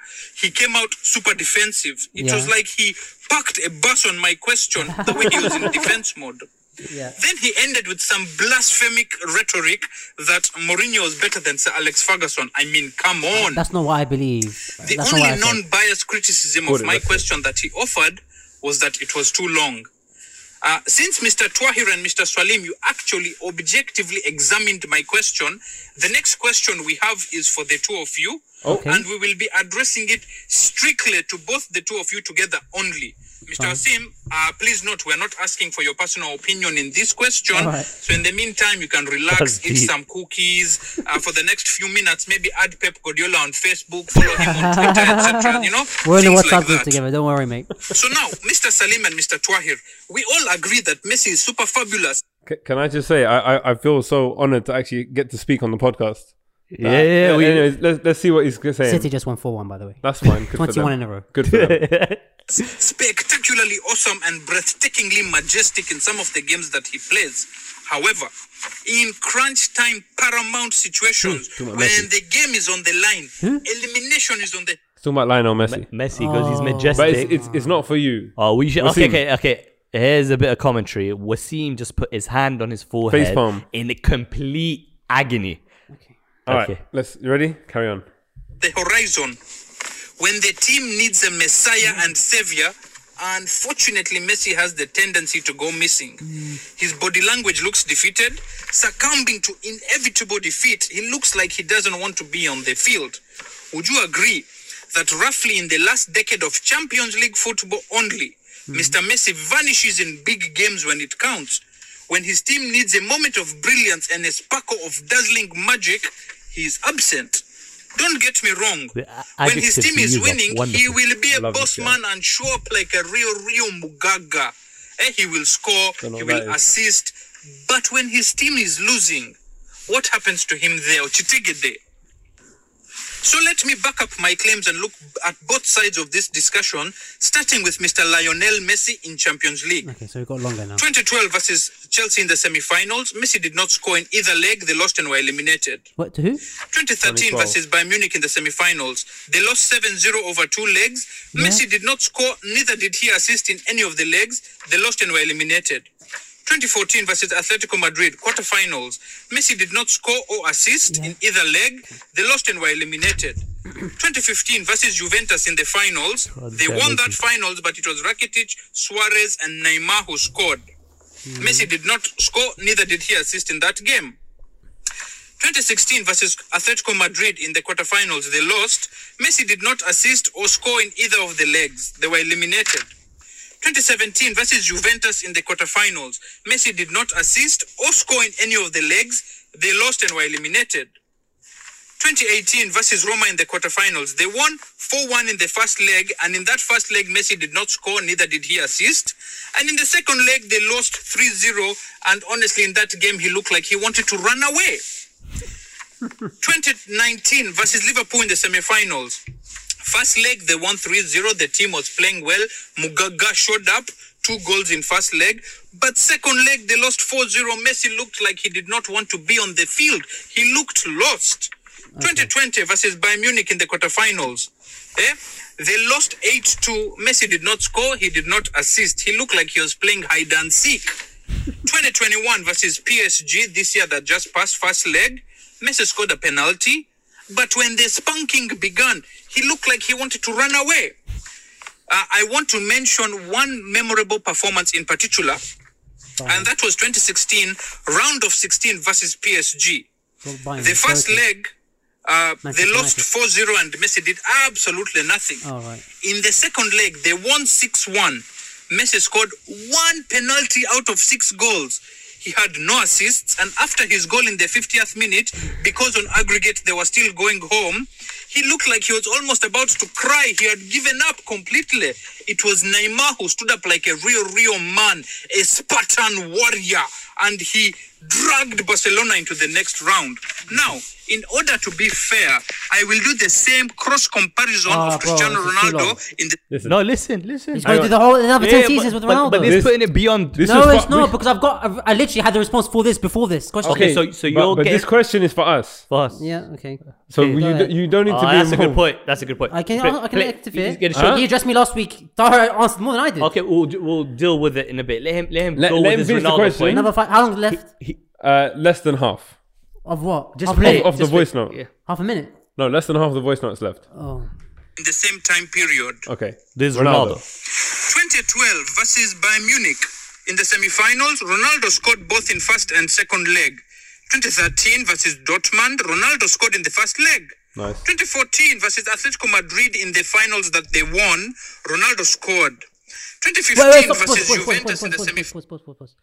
He came out super defensive. It was Yeah. like he packed a bus on my question (laughs) the way he was in defense mode. Yeah. Then he ended with some blasphemic rhetoric that Mourinho was better than Sir Alex Ferguson. I mean, come on. That's not what I believe. The That's not what I only said. non-biased criticism Hold of it, my that's it. question that he offered was that it was too long. Uh, since Mr. Twahir and Mr. Swalim, you actually objectively examined my question, the next question we have is for the two of you, Okay. and we will be addressing it strictly to both the two of you together only. Mr. Asim, uh, please note we're not asking for your personal opinion in this question. Alright. So, in the meantime, you can That's relax, eat deep. some cookies uh, for the next few minutes. Maybe add Pep Guardiola on Facebook, follow him on Twitter, etc. You know, We're in the things WhatsApp like group that. together. Don't worry, mate. So now, Mr. Salim and Mr. Twahir, we all agree that Messi is super fabulous. C- can I just say, I, I I feel so honored to actually get to speak on the podcast. Yeah, yeah, Uh, we- anyways, let's let's see what he's saying. City just won 4 1, by the way. That's fine. Good 21 for them. in a row. Good for them. (laughs) spectacularly awesome and breathtakingly majestic in some of the games that he plays. However, in crunch time paramount situations, Hmm, too much Hmm? when Messi. the game is on the line, elimination is on the It's all about Lionel Messi, Messi because Oh. he's but majestic. it's, it's it's not for you. oh, we should. Wasim. Okay, okay, okay. Here's a bit of commentary. Wasim just put his hand on his forehead Face palm. in a complete agony. All right, okay. let's you ready. Carry on. the horizon. When the team needs a messiah and savior, unfortunately, Messi has the tendency to go missing. His body language looks defeated, succumbing to inevitable defeat. He looks like he doesn't want to be on the field. Would you agree that roughly in the last decade of Champions League football only, Mr. Messi vanishes in big games when it counts? When his team needs a moment of brilliance and a sparkle of dazzling magic, he is absent. Don't get me wrong. The a- When his adjectives team you is use are winning, he wonderful. will be a love this boss guy. man and show up like a real, real Mugaga. Eh, he will score, know he what will that is. assist. But when his team is losing, what happens to him there? Chitigede. So let me back up my claims and look at both sides of this discussion, starting with Mr. Lionel Messi in Champions League. Okay, so we've got longer now. 2012 versus Chelsea in the semi-finals, Messi did not score in either leg. They lost and were eliminated. What, to who? 2013 2012. versus Bayern Munich in the semi-finals. They lost 7-0 over two legs. Messi did not score, neither did he assist in any of the legs. They lost and were eliminated. 2014 versus Atletico Madrid, quarterfinals. Messi did not score or assist in either leg. They lost and were eliminated. 2015 versus Juventus in the finals. They won that finals, but it was Rakitic, Suarez, and Neymar who scored. Messi did not score, neither did he assist in that game. 2016 versus Atletico Madrid in the quarterfinals, they lost. Messi did not assist or score in either of the legs. They were eliminated. 2017 versus Juventus in the quarterfinals, Messi did not assist or score in any of the legs. They lost and were eliminated. 2018 versus Roma in the quarterfinals, they won 4 1 in the first leg, and in that first leg, Messi did not score, neither did he assist. And in the second leg, they lost 3 0, and honestly, in that game, he looked like he wanted to run away. 2019 versus Liverpool in the semi-finals. First leg, they won 3-0. The team was playing well. Mugaga showed up, two goals in first leg. But second leg, they lost 4-0. Messi looked like he did not want to be on the field. He looked lost. 2020 versus Bayern Munich in the quarterfinals. Eh? They lost 8-2. Messi did not score. He did not assist. He looked like he was playing hide and seek. 2021 versus PSG this year that just passed first leg. Messi scored a penalty, but when the spunking began, he looked like he wanted to run away. Uh, I want to mention one memorable performance in particular, and that was 2016 round of 16 versus PSG. The first leg, uh, they Manchester lost United. 4 0, and Messi did absolutely nothing. All right. In the second leg, they won 6 1. Messi scored one penalty out of six goals. He had no assists, and after his goal in the 50th minute, because on aggregate they were still going home, he looked like he was almost about to cry. He had given up completely. It was Neymar who stood up like a real, real man, a Spartan warrior, and he dragged Barcelona into the next round. Now, in order to be fair, I will do the same cross comparison Ah, of bro, Cristiano this is too long. Ronaldo in the No, listen, listen. He's going to do the whole another ten seasons with Ronaldo. But, but this This- putting it beyond. this no, is it's fu- not we- because I've got. I've, I literally had the response for this before this question. Okay, so- so but- you're but this getting- question is for us. for us. Yeah. Okay. So Okay, go you ahead. do, you don't need Oh, to be that's a good involved. point. That's a good point. I can. Play- I can play- active he's it. gonna show- Huh? He addressed me last week. Tahara answered more than I did. Okay, we'll do- we'll deal with it in a bit. Let him let him Let- go let with him his finish the Ronaldo question. point. Number five. How long left Uh, less than half of what? Just half, a play minute? of the Just voice wait- note. yeah. half a minute. No, less than half of the voice notes left. Oh. in the same time period. Okay. This is Ronaldo. 2012 versus Bayern Munich. In the semi-finals, Ronaldo scored both in first and second leg. 2013 versus Dortmund, Ronaldo scored in the first leg. Nice. 2014 versus Atletico Madrid in the finals that they won, Ronaldo scored. 2015 Wait, wait, stop, pause, versus pause, pause, Juventus pause, in the pause, semi pause, pause, pause, pause, pause.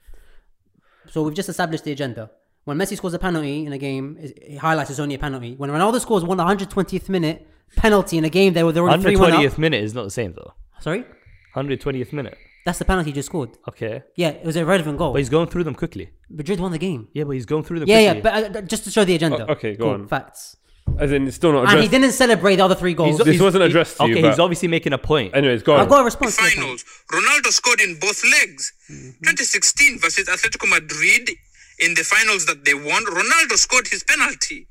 So we've just established the agenda. When Messi scores a penalty in a game, it it highlights it's only a penalty. When Ronaldo scores one 120th minute penalty in a game, they were they were three one up. 120th minute is not the same though. Sorry, 120th minute. that's the penalty he just scored. Okay, Yeah, it was a relevant goal. but he's going through them quickly. Madrid won the game. Yeah, but he's going through them. Yeah, yeah, quickly. but uh, just to show the agenda. O- okay, go on. Facts. As in, it's still not And Ah, he addressed. didn't celebrate the other three goals. He's- this wasn't addressed to okay, you, he's but- obviously making a point. Anyways, go on. I've got a response. to this one. finals. Ronaldo scored in both legs. Mm-hmm. 2016 versus Atletico Madrid in the finals that they won, Ronaldo scored his penalty.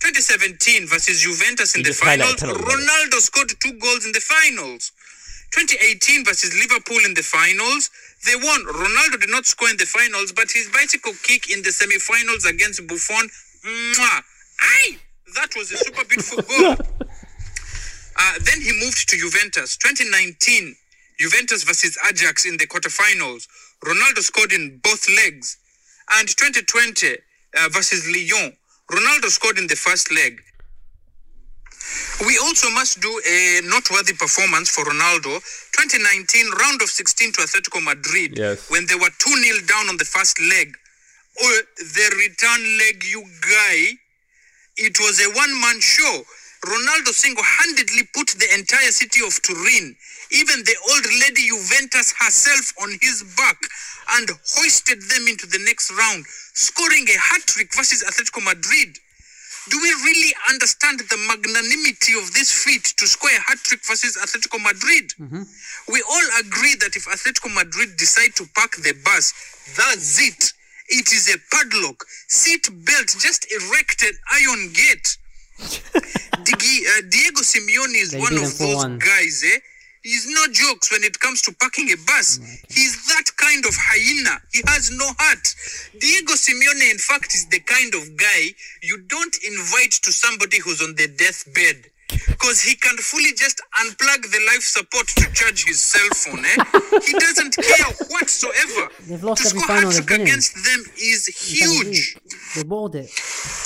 2017 versus Juventus in You the just highlight finals, penalty, by the way. Ronaldo scored two goals in the finals. 2018 versus Liverpool in the finals, they won. Ronaldo did not score in the finals, but his bicycle kick in the semi-finals against Buffon, mwah, aye, that was a super beautiful (laughs) goal. Uh, then he moved to Juventus. 2019, Juventus versus Ajax in the quarterfinals. Ronaldo scored in both legs. And 2020 uh, versus Lyon, Ronaldo scored in the first leg. We also must do a noteworthy performance for Ronaldo. 2019, round of 16 to Atletico Madrid, Yes. when they were 2 0 down on the first leg. Or the return leg, you guy it was a one man show. Ronaldo single handedly put the entire city of Turin, even the old lady Juventus herself, on his back and hoisted them into the next round, scoring a hat trick versus Atletico Madrid. Do we really understand the magnanimity of this feat to score a hat trick versus Atletico Madrid? We all agree that if Atletico Madrid decide to park the bus, that's it. It is a padlock, seat belt, just erected iron gate. Digi, uh, Diego Simeone is They one beat of them those 4-1. guys, eh? He's no jokes when it comes to parking a bus. Mm. He's that kind of hyena. He has no heart. Diego Simeone, in fact, is the kind of guy you don't invite to somebody who's on the deathbed. Because he can fully just unplug the life support to charge his cell phone. (laughs) Eh? He doesn't care whatsoever. They've lost to every score final they've been hat-trick in. against them is huge. They balled it.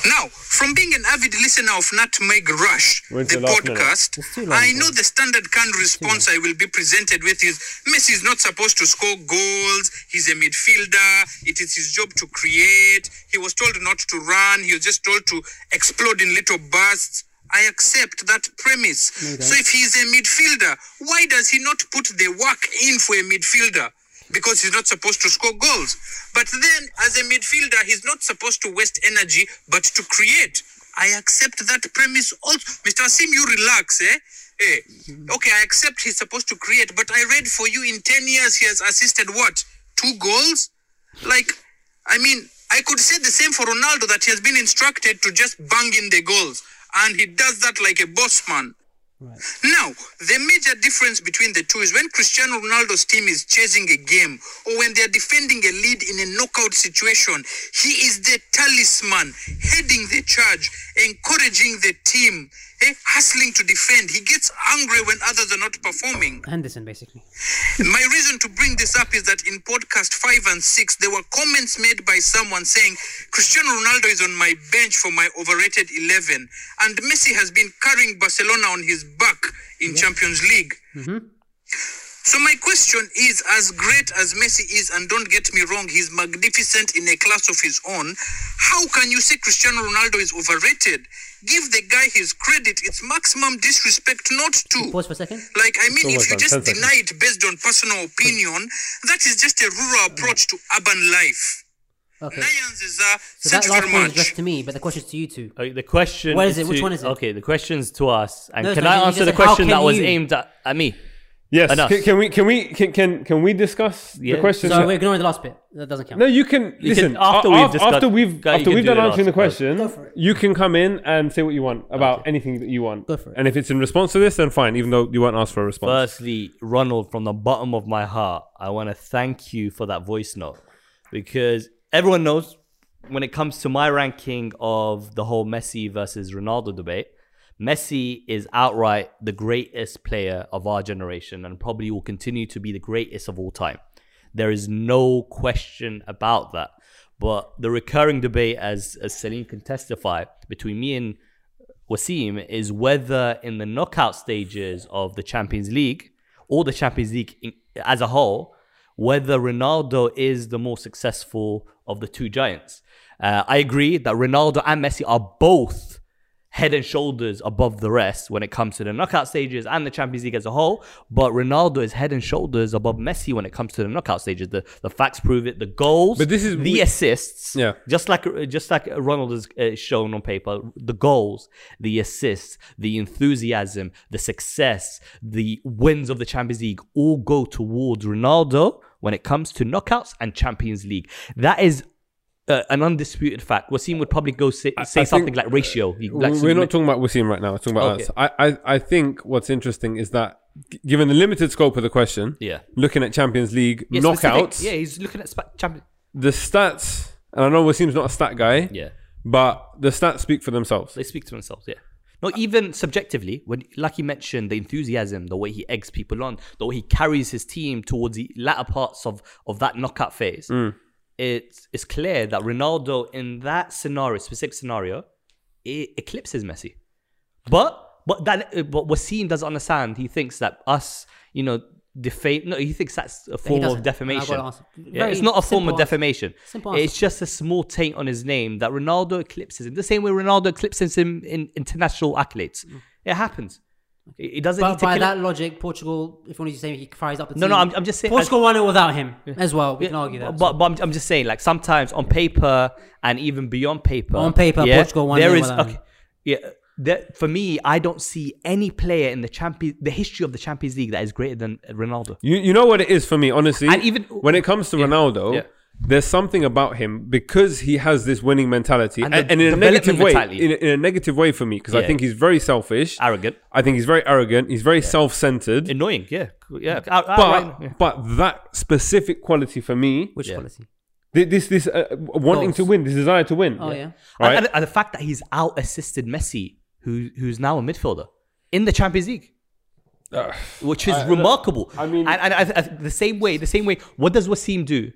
Now, from being an avid listener of Nutmeg Rush, Went to the the last minute. podcast, It's too long, I know though. the standard canned response I will be presented with is Messi's not supposed to score goals, he's a midfielder, it is his job to create, he was told not to run, he was just told to explode in little bursts. I accept that premise. So if he's a midfielder, why does he not put the work in for a midfielder? because he's not supposed to score goals. But then, as a midfielder, he's not supposed to waste energy but to create. I accept that premise also. Mr. Sim, you relax, eh? Eh. Okay, I accept he's supposed to create, but I read for you in 10 years he has assisted what? Two goals? Like, I mean, I could say the same for Ronaldo that he has been instructed to just bang in the goals. And he does that like a boss man. Now, the major difference between the two is when Cristiano Ronaldo's team is chasing a game or when they are defending a lead in a knockout situation, he is the talisman, heading the charge, encouraging the team, eh, hustling to defend. He gets angry when others are not performing. Henderson, basically. My reason to bring this up is that in podcast five and six, there were comments made by someone saying Cristiano Ronaldo is on my bench for my overrated 11, and Messi has been carrying Barcelona on his back in Champions League. So my question is, as great as Messi is, and don't get me wrong, he's magnificent in a class of his own. How can you say Cristiano Ronaldo is overrated? Give the guy his credit. It's maximum disrespect not to. Pause for a second. Like, I mean, almost if you done. just 10 seconds. deny it based on personal opinion, that is just a rural approach to urban life. Okay. Nayans is a So thank that you last very one is much. addressed to me, but the question's to you two. Okay, the question. What is it? to- Which one is it? Okay, the question's to us. And No, it's can not. I You just answer the said, how question can that was you? aimed at, at me? Yes. Enough. Can, can we? Can we? Can can, can we discuss Yeah. the question? So we're ignoring the last bit. That doesn't count. no, you can listen. after a- we've af- discussed- after we've Guy, you after can we've do done the answering the last question, for it. you can come in and say what you want about anything that you want. Go for it. And if it's in response to this, then fine. Even though you weren't asked for a response. Firstly, Ronald, from the bottom of my heart, I want to thank you for that voice note because everyone knows when it comes to my ranking of the whole Messi versus Ronaldo debate, Messi is outright the greatest player of our generation and probably will continue to be the greatest of all time. There is no question about that. But the recurring debate, as, as Selim can testify, between me and Wasim is whether in the knockout stages of the Champions League or the Champions League in, as a whole, whether Ronaldo is the more successful of the two giants. Uh, I agree that Ronaldo and Messi are both head and shoulders above the rest when it comes to the knockout stages and the Champions League as a whole. But Ronaldo is head and shoulders above Messi when it comes to the knockout stages. The the facts prove it. The goals, But this is- the we- assists, Yeah. just like just like Ronald has uh, shown on paper, the goals, the assists, the enthusiasm, the success, the wins of the Champions League all go towards Ronaldo when it comes to knockouts and Champions League. That is uh, an undisputed fact. Wasim would probably go say, say I think- something like ratio. He likes to we're not make- talking about Wasim right now. We're talking about Okay. us. I, I, I think what's interesting is that g- given the limited scope of the question, Yeah. looking at Champions League Yeah, specific. knockouts, Yeah, he's looking at spa- Champions. the stats, and I know Wasim's not a stat guy, Yeah, but the stats speak for themselves. they speak to themselves. Yeah. Not even subjectively, when like he mentioned, the enthusiasm, the way he eggs people on, the way he carries his team towards the latter parts of, of that knockout phase, Mm. it's it's clear that Ronaldo in that scenario, specific scenario, it eclipses Messi. But but that but Wasim doesn't understand. He thinks that us, you know, defame. No, he thinks that's a form doesn't. of I've got defamation. an answer. Yeah, Very it's not a form simple of answer. defamation. Simple It's answer. just a small taint on his name that Ronaldo eclipses him. The same way Ronaldo eclipses him in international accolades. It happens. It it doesn't need Mm. But to by kill that it. logic, Portugal, if you want to say he fires up the No, team. no, I'm- I'm just saying- Portugal won it without him as well. We Yeah, can argue that. But, but I'm, I'm just saying, like sometimes on paper and even beyond paper, On paper, Portugal won There nil is without him. okay, yeah. There, for me, I don't see any player in the champion, the history of the Champions League that is greater than Ronaldo. You, you know what it is for me, honestly. And even- when it comes to Yeah. Ronaldo, Yeah. there's something about him because he has this winning mentality and, And the and in a development negative way. mentality. In a, in a negative way for me because I Yeah. think he's very selfish, Arrogant. I think he's very arrogant. He's very self-centered. Annoying, yeah, yeah. Mm. Out- but outright- yeah. but that specific quality for me, Which Yeah. quality? thi- this this uh, wanting Goals. to win, this desire to win. Oh, yeah. Right. And, and, and the fact that he's out assisted Messi, who who's now a midfielder in the Champions League, which is remarkable. I mean- and, and I, I, the same way, the same way. What does Wasim do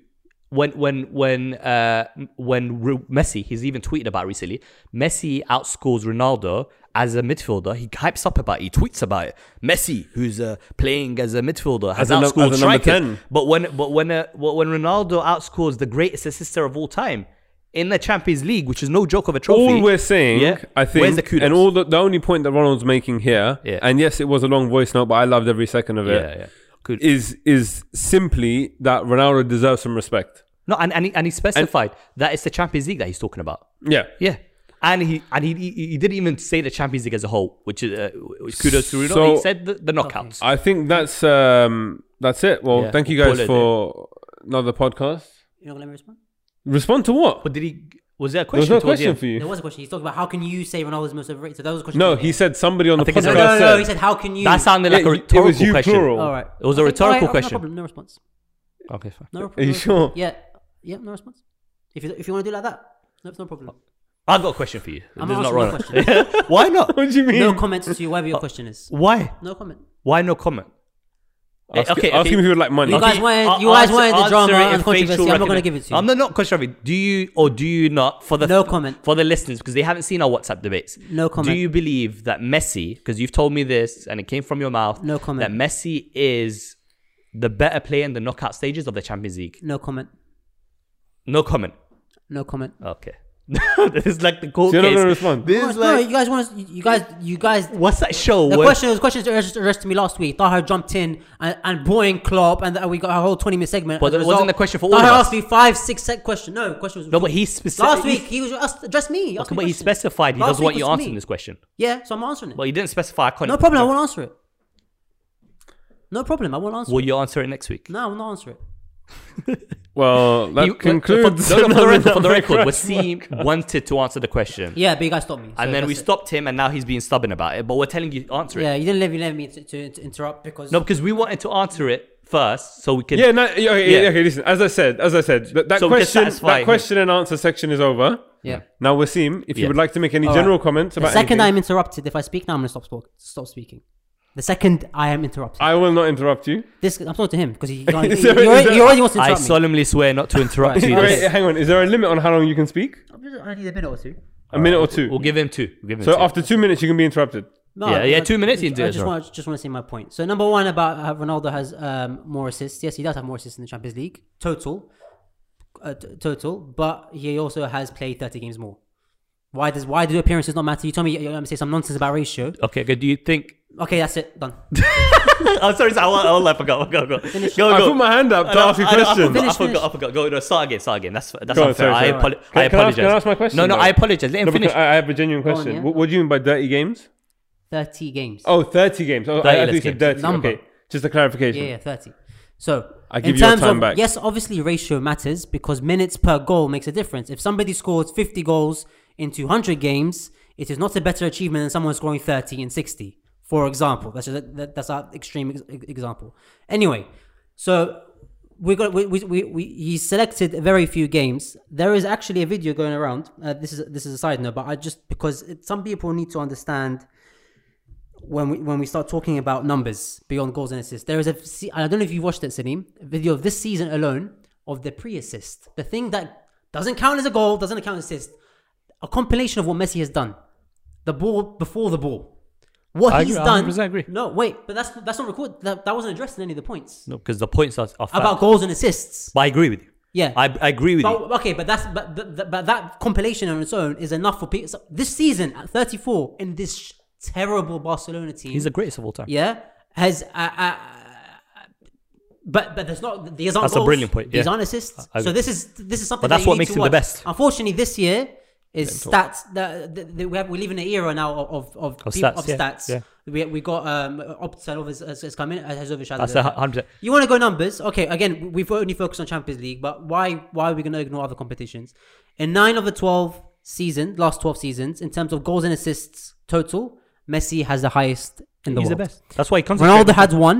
when when when uh, when Ru- Messi? He's even tweeted about it recently. Messi outscores Ronaldo. As a midfielder, he hypes up about it. He tweets about it. Messi, who's uh, playing as a midfielder, has As a nu- outscored as a number strikers. 10. But when but when uh, well, when Ronaldo outscores the greatest assister of all time in the Champions League, which is no joke of a trophy. All we're saying, Yeah. I think, Where's the kudos? and all the, the only point that Ronald's making here, Yeah. and yes, it was a long voice note, but I loved every second of yeah, it. yeah. Kudos. Is is simply that Ronaldo deserves some respect. no, and and he, and he specified that it's the Champions League that he's talking about. Yeah. Yeah. And he and he, he he didn't even say the Champions League as a whole, which is uh, which kudos to Ronaldo. So- he said the, the knockouts. I think that's um that's it. Well, Yeah. thank you We'll guys for another podcast. You're not going to respond? Respond to what? But did he? Was there a There was question? no towards the question end? for you. There was a question. He's talking about how can you say Ronaldo's most overrated? So that was a question. No, he said somebody on the podcast think it's No, a- no, no, no. He said. said, how can you. That sounded like Yeah, a it rhetorical was you question. plural. All right. It was a I think- all rhetorical right, question. No problem. No response. Okay, fine. No problem. Are you sure? Yeah. Yeah, no response. If you, if you want to do it like that, no, it's no problem. I've got a question for you. I'm This is not not asking right. (laughs) Why (laughs) not? What do you mean? No comments to whatever Uh, your question is. Why? No comment. Why no comment? Eh, Ask, ask him if he would like money. You guys wanted, you guys wanted the drama and controversy. I'm not going to give it to you. I'm not, not controversy. Do you or do you not for the No comment. for the listeners because they haven't seen our WhatsApp debates? No comment. Do you believe that Messi? Because you've told me this and it came from your mouth. No comment. That Messi is the better player in the knockout stages of the Champions League. No comment. No comment. No comment. Okay. (laughs) this is like the court So you're not case. gonna respond? This is no, like you guys want to, you guys, you guys. what's that show? The where- question was questions that just arrested me last week. Taha jumped in and, and brought in Klopp, and that we got a whole twenty minute segment. But As a it wasn't result, the question for all of Taher us. asked me five, six sec question. No, the question was No, but he specific- last he- week he was asked, addressed me. He asked Okay, me but he questions. specified he Last doesn't want week you was answering me. this question. Yeah, so I'm answering it. Well, you didn't specify. I can't no problem. I won't answer it. No problem. I won't answer Will it. you answer it next week? No, I will not answer it. Well, that You- uh, concludes. For, (laughs) no, no, for the record, for the another record Crash Wasim wanted to answer the question, Yeah, but you guys stopped me. so and then we that's it. stopped him, and now he's being stubborn about it. But we're telling you, answer it. Yeah, you didn't let me let me to, to, to interrupt because No, because we wanted to answer it first, so we could. Yeah, no, okay, yeah, Yeah. okay, listen. As I said, as I said, that, that So we can question, satisfy that question and answer section is over. yeah. Now, Wasim, if you Yeah. would like to make any All general right. comments The about second anything, I'm interrupted, if I speak now, I'm gonna stop spoke, stop speaking. The second I am interrupted, I will not interrupt you. this I'm talking to him because he, (laughs) he, already- Is there- he is there- already, he already wants to I interrupt me. solemnly swear (laughs) not to interrupt you. Wait, this- hang on. Is there a limit on how long you can speak? I need a minute or two. A minute or 2 We'll give him two. We'll give him so two. after two minutes, you can be interrupted. No, Yeah, yeah, two minutes, I, you do I it, just bro. want just want to say my point. So number one about uh, Ronaldo has um, more assists. Yes, he does have more assists in the Champions League total, uh, t- total. But he also has played 30 games more. Why does why do appearances not matter? You told me you're gonna say some nonsense about ratio. okay, good. Do you (laughs) think? Okay, that's it. (laughs) Done. I'm sorry, sorry, I'll, I'll, I forgot. Go, go, go. go, I go. put my hand up to Oh, I ask know, you a I know, I question. forgot, I Finish, forgot. finish. I forgot. Go, no, start again. Start again. That's that's Go on, sorry, unfair. I, sorry. Can- apolo- I can I ask- apologize. can I ask my question, No, no, though? I apologize. Let him No, because finish. I I have a genuine on, question. yeah. what, what do you mean by dirty games? 30 games. Oh, 30 games. Oh, 30 I, I less think you said games. dirty. Number. Okay, just a clarification. Yeah, yeah, 30. So, I give in you your terms time of, back. yes, obviously ratio matters because minutes per goal makes a difference. If somebody scores 50 goals in 200 games, it is not a better achievement than someone scoring 30 in 60, for example. That's just, that, that's our extreme ex- example. Anyway, so we got we, we, we, we he selected very few games. There is actually a video going around. Uh, this is this is a side note, but I just because it, some people need to understand when we when we start talking about numbers beyond goals and assists, there is a se- I don't know if you watched it, Salim, a video of this season alone of the pre-assist, the thing that doesn't count as a goal, doesn't count as assist, a compilation of what Messi has done, the ball before the ball, what I he's agree, I done. 100% agree. No, wait, but that's that's not recorded. That, that wasn't addressed in any of the points No, because the points are, are fair. about goals and assists. But I agree with you. Yeah, I, I agree with you. but, okay, but that's but, but but that compilation on its own is enough for people. So this season at 34 in this sh- terrible Barcelona team, He's the greatest of all time. yeah, has uh, uh, but but there's not these aren't That's a goals, brilliant point, These yeah. aren't assists. I- I so agree. this is this is something. But that that's you what need makes to him the watch. best. Unfortunately, this year Is stats the, the, the, we have, we live in an era now of of, Of people- stats, yeah, yeah. We we got um Optel has, has, has come in has overshadowed. That's it. a hundred. You want to go numbers? Okay, again, we've only focused on Champions League, but why why are we going to ignore other competitions? In nine of the twelve seasons, last twelve seasons, in terms of goals and assists total, Messi has the highest in the He's the world. best. That's why he comes. Ronaldo had one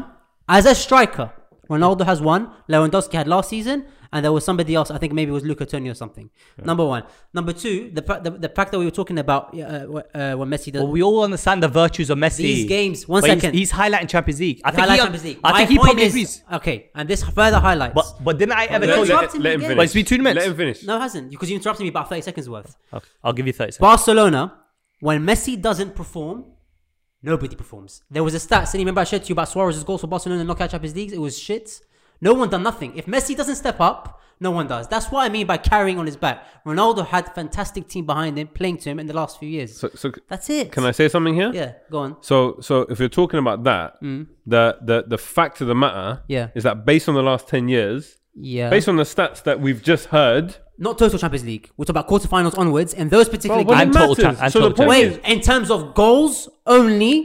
as a striker. Ronaldo has one. Lewandowski had last season, and there was somebody else. I think maybe it was Luca Toni or something. Number one. Number two, the fact the, the fact that we were talking about uh, uh, when Messi does. Well, we all understand the virtues of Messi. These games, one But he's- second. He's, highlighting Champions League. I think highlight he, Champions League. I My think he point probably is- agrees. Okay, and this further highlights. But but didn't I ever Let, tell Don't you? let, interrupt him let him again. finish. But it's been two minutes. Let him finish. no, it hasn't. Because you interrupted me about 30 seconds worth. Okay, I'll give you thirty seconds. Barcelona, when Messi doesn't perform, nobody performs. There was a stat, Cindy, remember I shared to you about Suarez's goals for Barcelona in knockout Champions Leagues? It was shit. No one done nothing. If Messi doesn't step up, no one does. That's what I mean by carrying on his back. Ronaldo had fantastic team behind him, playing to him in the last few years. So, so That's it. can I say something here? Yeah, go on. So, so if you're talking about that, the, the the fact of the matter Yeah. is that based on the last ten years, Yeah. based on the stats that we've just heard, Not total Champions League. We're talking about quarterfinals onwards, and those particular Bro, what games. it And total matters. cha- and so the total point Wait, is, in terms of goals only,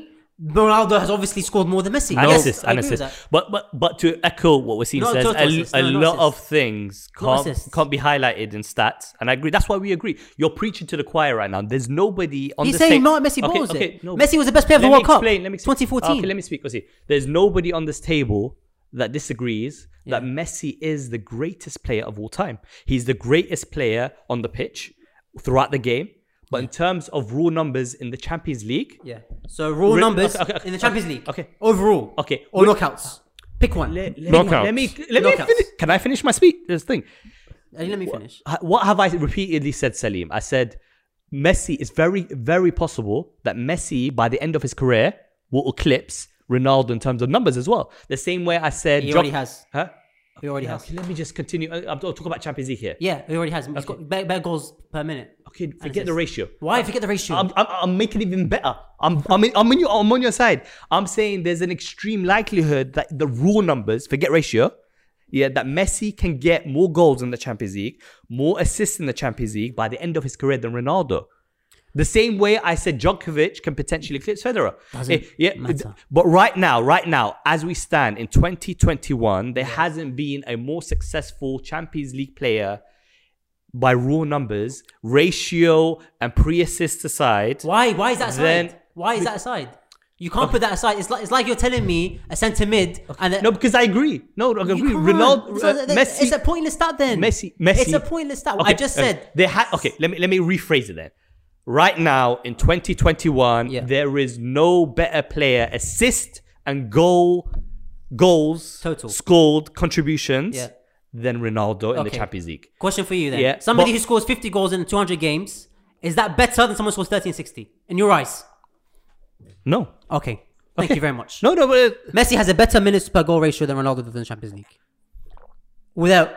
Ronaldo has obviously scored more than Messi. And Yes, assists, I and agree with assists. But but but to echo what Wasim No, says, total assists. a, a No, no lot of assists. things No can't assists. can't be highlighted in stats, and I agree. That's why we agree. You're preaching to the choir right now. There's nobody on He's the saying same. no, Messi balls it. Messi was the best player of the Let me World Cup, explain, Let me explain. 2014. Okay, let me speak. Wasim. There's nobody on this table that disagrees that Messi is the greatest player of all time. He's the greatest player on the pitch throughout the game. But in terms of raw numbers in the Champions League, Yeah. So raw Re- numbers okay, okay, okay, in the Champions okay, League. okay. Overall. Okay, Or we- knockouts. Pick one. let, let, Knockouts. let me let me Knockouts. finish. Can I finish my speech? This thing. Uh, let me finish. Ha- What have I repeatedly said, Salim? I said Messi. It's very very possible that Messi by the end of his career will eclipse Ronaldo in terms of numbers as well. The same way I said He Jo- already has. Huh? He already Yeah, has. okay, let me just continue. I- I'm talking about Champions League here. Yeah, he already has. He's got better, better goals per minute. Okay, forget the assists. ratio. Why forget the ratio? I'm, I'm, I'm making it even better. I'm, I'm, in, I'm, on your, I'm on your side. I'm saying there's an extreme likelihood that the raw numbers, forget ratio, yeah, that Messi can get more goals in the Champions League, more assists in the Champions League by the end of his career than Ronaldo. The same way I said Djokovic can potentially eclipse Federer. Doesn't Eh, yeah, matter. But right now, right now, as we stand in 2021, there hasn't been a more successful Champions League player by raw numbers, ratio and pre-assist aside. Why? Why is that aside? Then- Why is that aside? You can't put that aside. It's like it's like you're telling me a centre mid and then, No, because I agree. No, I agree. You can't. Ronaldo, So uh, th- th- Messi. It's a pointless stat then. Messi, Messi. It's a pointless stat. What I just okay. said. There ha- okay, let me let me rephrase it then. Right now in 2021, Yeah. there is no better player assist and goal goals Total. scored contributions Yeah. than Ronaldo in the Okay. Champions League. Question for you then. Yeah, Somebody but- who scores 50 goals in 200 games, is that better than someone who scores 30 and 60? In your eyes? No. Okay. Thank Okay. you very much. No, no, but uh, Messi has a better minutes per goal ratio than Ronaldo does in the Champions League. Without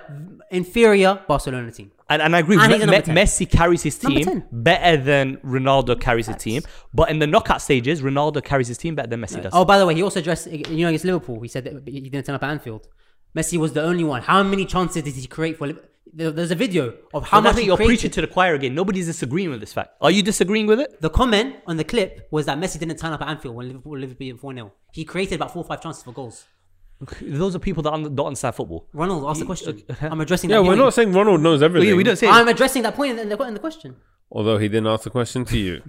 inferior Barcelona team. and, and I agree. And Me- he's a number Me- 10. Messi carries his Number team 10. better than Ronaldo carries his team, but in the knockout stages, Ronaldo carries his team better than Messi does. Oh, by the way, he also addressed, you know, against Liverpool, he said that he didn't turn up at Anfield. Messi was the only one. How many chances did he create for Liverpool? There's a video of how much But that's what he you're created. preaching to the choir again. Nobody's disagreeing with this fact. Are you disagreeing with it? The comment on the clip was that Messi didn't turn up at Anfield when Liverpool Liverpool 4 0. He created about four or five chances for goals. Those are people that un- don't understand football. Ronald, ask the question. I'm addressing uh-huh. that yeah, we're point. not saying Ronald knows Oh, everything. Oh, We, we don't say. I'm addressing that point in the, in the question. although he didn't ask the question (laughs) to you.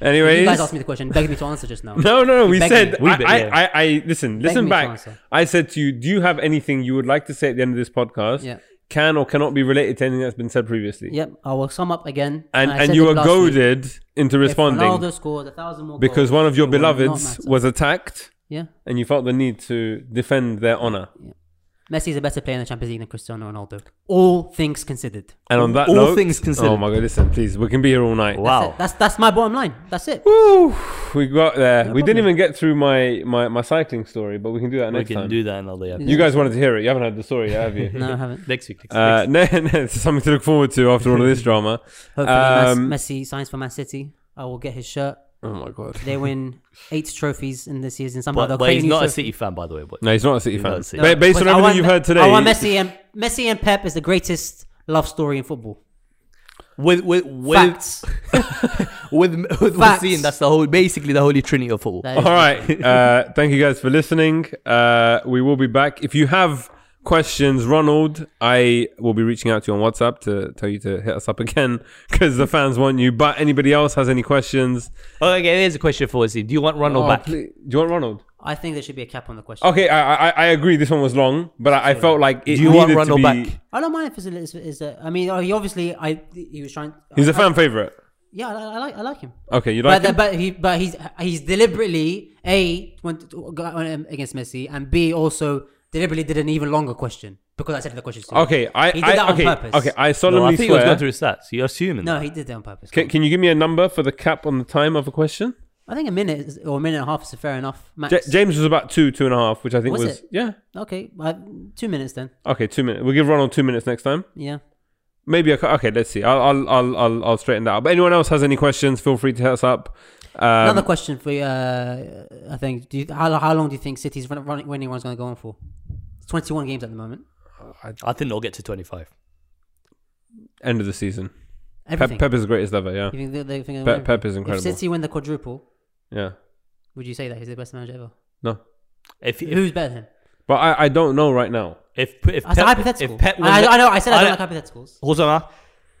Anyways, You guys asked me the question, begged me to answer just now. (laughs) No, no, no. We begged said. me. I, be- I, yeah. I, I, listen, listen me to back. answer. I said to you, do you have anything you would like to say at the end of this podcast? Yeah. Can or cannot be related to anything that's been said previously. Yep, I will sum up again. And I and said you it were last week. goaded into If responding Ronaldo scored a thousand more because goals, one of your it will not beloveds matter. was attacked, yeah, and you felt the need to defend their honor. Messi is a better player in the Champions League than Cristiano Ronaldo. All things considered. And on that All note, things considered. oh my god, listen, please, we can be here all night. Wow. That's it. That's that's my bottom line. That's it. Woo, we got there. we didn't problem. even get through my, my my cycling story, but we can do that We next can time. do that another yeah. You guys wanted to hear it. You haven't had the story, yet, (laughs) have you? No, I haven't. next week. Next Uh, (laughs) no, no, it's something to look forward to after all of (laughs) this drama. Hopefully, Um, Mas- Messi signs for Man City. I will get his shirt. Oh my god. They (laughs) win eight trophies in the season. Somehow But, they'll but create he's new not a trophy. City fan, by the way. But No, he's not a City fan. not a City Ba- fan. based on But I everything want- you've heard today, I want Messi and Messi and Pep is the greatest love story in football. with with with Facts. with with Facts. Messina, that's the whole basically the holy trinity of football. That All is- (laughs) right. Uh, thank you guys for listening. Uh, we will be back. If you have questions, Ronald, I will be reaching out to you on WhatsApp to tell you to hit us up again (laughs) because the fans want you. But anybody else has any questions? okay, there's a question for us. here. Do you want Ronald Oh, back? please- Do you want Ronald? I think there should be a cap on the question. Okay, I I, I agree. This one was long, but I, I felt like it Do you want needed Ronald to be. back? I don't mind if it's a, is, is a, I mean, he obviously, I he was trying. He's I, a fan favorite. Yeah, I, I like I like him. Okay, you uh, But like the, him? but he but he's he's deliberately a went to- got on him against Messi and b also deliberately did an even longer question because I said the question. Soon. Okay, I, he did I that okay, on purpose. okay. I No, solemnly I think he was swear. going through his stats. You're assuming. no, that. he did that on purpose. Can, can you give me a number for the cap on the time of a question? I think a minute is- or a minute and a half is fair enough. Max. J- James was about two, two and a half, which I think Was was, it? yeah. okay, uh, two minutes then. Okay, two minutes. We'll give Ronald two minutes next time. Yeah. Maybe a, cou- okay. Let's see. I'll I'll I'll I'll, I'll straighten that out. But anyone else has any questions? Feel free to hit us up. Um, Another question for you. Uh, I think. Do you, how how long do you think City's run, running winning one's going to go on for? It's twenty one games at the moment. I think they'll get to 25. end of the season. Pep, Everything. Pep is the greatest ever. Yeah, you think they, they think they'll Pep- win? Pep is incredible. If City win the quadruple, yeah. would you say that he's the best manager ever? No, If if Who's better than him? but I I don't know right now. if, if I said hypothetical. If Pep won I, the- I know. I said I, I- don't like hypotheticals. Horse of (laughs)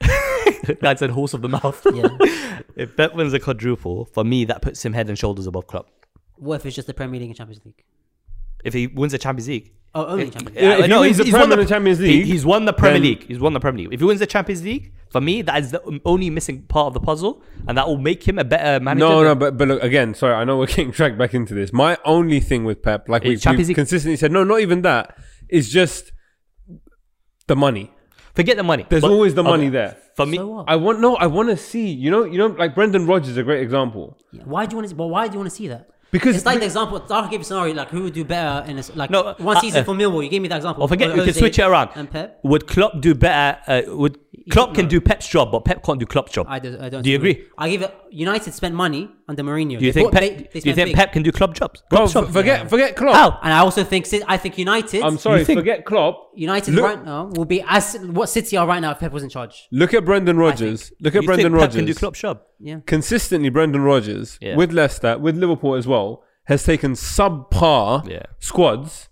the mouth. I said horse of the mouth. (laughs) Yeah. if Pep wins a quadruple, for me, that puts him head and shoulders above Klopp. What if it's just the Premier League and Champions League? If he wins the Champions League. uh, Oh, only Champions League. Yeah, if he wins the Prem won and the Champions he- League, he's won the Premier then- League. He's won the Premier League. If he wins the Champions League, for me, that is the only missing part of the puzzle, and that will make him a better manager. No, than- no, but but look again. Sorry, I know we're (laughs) getting dragged back into this. My only thing with Pep, like we, It's Champions we League. consistently said, no, not even that. It's just the money. Forget the money. There's But- always the okay, money there. For me, So what? I want no. I want to see. You know. You know. Like Brendan Rodgers is a great example Yeah. Why do you want to? Well, why do you want to see that? because It's like the example. I'll give you a scenario. Like who would do better in a, s- like No, one uh, season uh, for Millwall? You gave me that example. Or forget, Or we can Jose switch it around. And Pep. Would Klopp do better? Uh, would Klopp can no. do Pep's job, but Pep can't do Klopp's job. I, do, I don't. Do you agree? I give it. United spent money under Mourinho. Do you They think bought- Pep? they- they do you spent think big. Pep can do Klopp jobs? Bro, Klopp's job. f- forget forget Klopp. How? And I also think Ci- I think United. I'm sorry. You think- Forget Klopp. United Look- right now will be as what City are right now if Pep was in charge. Look at Brendan Rodgers. Look Do at you Brendan think Pep can do Rodgers. Klopp's job. Yeah. Consistently, Brendan Rodgers Yeah. with Leicester, with Liverpool as well, has taken subpar Yeah. squads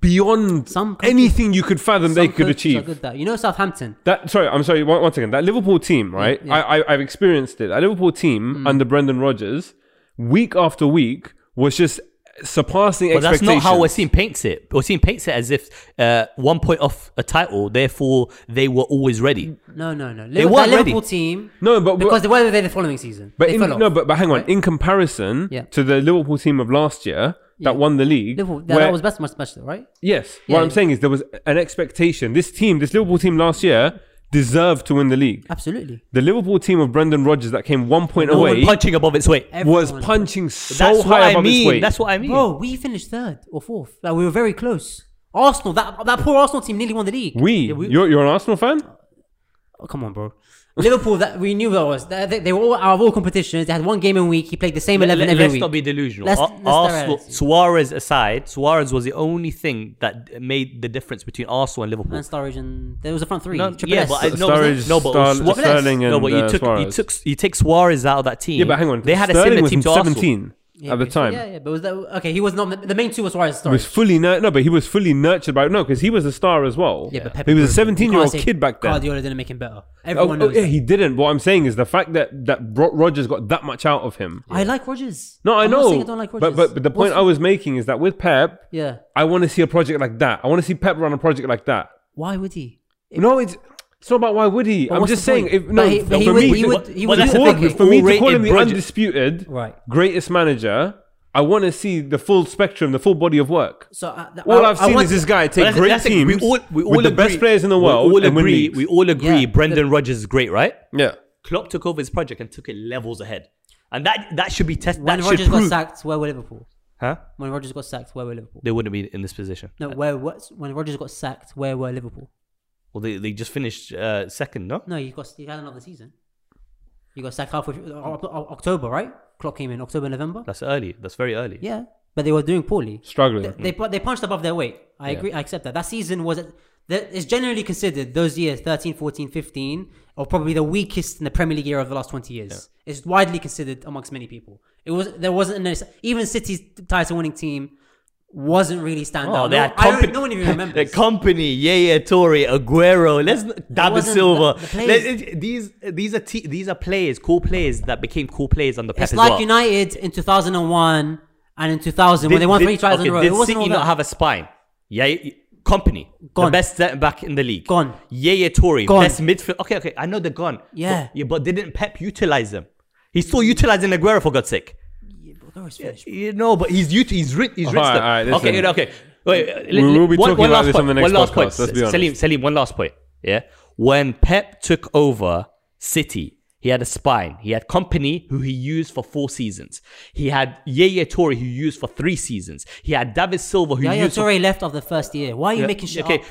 beyond Some coaches- anything you could fathom they Some coaches could are achieve. good that- You know Southampton. That sorry, I'm sorry. One, one second. That Liverpool team, right? yeah. Mm. I, I I've experienced it. That Liverpool team under Brendan Rodgers, week after week, was just surpassing But that's not expectations. how Wasim paints it. Wasim paints it as if uh, one point off a title, therefore they were always ready. No, no, no. They Liver- weren't that Liverpool ready. team. No, but- but- because they were there the following season. But they in, fell off. no, but, but hang on. In comparison Yeah. to the Liverpool team of last year Yeah. that won the league, Liverpool, that, where- that was best much special, right? yes. Yeah, what I'm yeah. saying is there was an expectation. This team, this Liverpool team last year, deserved to win the league. Absolutely. The Liverpool team of Brendan Rodgers that came one point No away one punching above its weight. was Everyone. punching so that's high what I above its mean. weight. That's what I mean. Bro, we finished third or fourth. Like we were very close. Arsenal, that that poor Arsenal team nearly won the league. we, Yeah, we- You're, you're an Arsenal fan? oh, come on, bro. Liverpool, that we knew that was. They, they- they were all out of all competitions. They had one game a week. He played the same Let- eleven let- every let's week. not be delusional. Let's- Ar- let's not Arsenal, reality. Suarez aside, Suarez was the only thing that made the difference between Arsenal and Liverpool. and Sturridge and there was a front three. No, Triple yeah, S. but I, no, Sturridge, no, but Star- Suarez- Sterling no, and, but you uh, took you Suarez. took you take Suarez out of that team. Yeah, but hang on. they had a Sterling similar was team to Arsenal. 17 Yeah, at the but- time. Yeah, yeah, but was that okay? He was not the- the main two was Suarez. He Sturridge. was fully nur- no, but he was fully nurtured by no, because he was a star as well. Yeah, but Pep he was a improved. You 17 year old can't say kid back then. Guardiola didn't make him better. Oh, Everyone oh, knows. yeah, that. he didn't. What I'm saying is the fact that that Bro- Rogers got that much out of him. I like Rogers. No, I I'm Not know. saying I don't like Rogers. but, but but the point What's- I was making is that with Pep, yeah. I want to see a project like that. I want to see Pep run a project like that. Why would he? no, it's it's not about why would he. I'm what's just the saying. point? If, no, But he- but he for would- me, he to- would- he for would me do that. to call him- for me to All-rated call him the project. undisputed Right. greatest manager, I want to see the full spectrum, the full body of work. So uh, th- All I, I've seen want- is this guy But take that's- great that's the thing. teams We all, we all with the agree, best players in the world We all and win agree. leagues. We all agree. Yeah. Brendan Rodgers is great, right? yeah. Klopp took over his project and took it levels ahead, and that that should be tested. when That should Rogers got prove. sacked, where were Liverpool? huh? When Rogers got sacked, where were Liverpool? They wouldn't be in this position. No, where what? When Rogers got sacked, where were Liverpool? Well, they, they just finished uh, second, no? No, you got you had another season. You got sacked halfway through, O- O- October, right? Clock came in October, November. That's early. That's very early. Yeah, but they were doing poorly. Struggling. Mm-hmm. They pu- they punched above their weight. I agree. I accept that. That season was that is generally considered those years 13, 14, 15 are probably the weakest in the Premier League era of the last 20 years. It's widely considered amongst many people. It was there wasn't an, even City's title winning team wasn't really stand Oh, out. they No, had I don't- company. no one even (laughs) remembers. the company, Yaya Torre, Aguero, let's David wasn't Silva. the- the players. Let- it- these these are te- these are players, cool players that became cool players under Pep It's as like well. United in 2001 and in 2000 when they won three tries okay, in a row. Did It wasn't City all not that. have a spine? Yeah, company, the Gone. best centre back in the league. Gone. Yaya Toure, Gone. best midfield. Okay, okay, I know they're gone. Yeah. but, yeah, but didn't Pep utilize them? He's still utilizing Aguero for God's sake. You know, but he's ut- he's ri- he's Alright, rich. them. alright, listen. okay, you know, okay. Wait, uh, We will be talking about this on the next one last podcast, point. let's be honest. Salim, Salim, one last point. Yeah, when Pep took over City, he had a spine. He had Company, who he used for four seasons. He had Yaya Toure, who he used for three seasons. He had David Silva, who he Yaya used for Toure left after the first year. Why are you Yeah, making shit okay. up?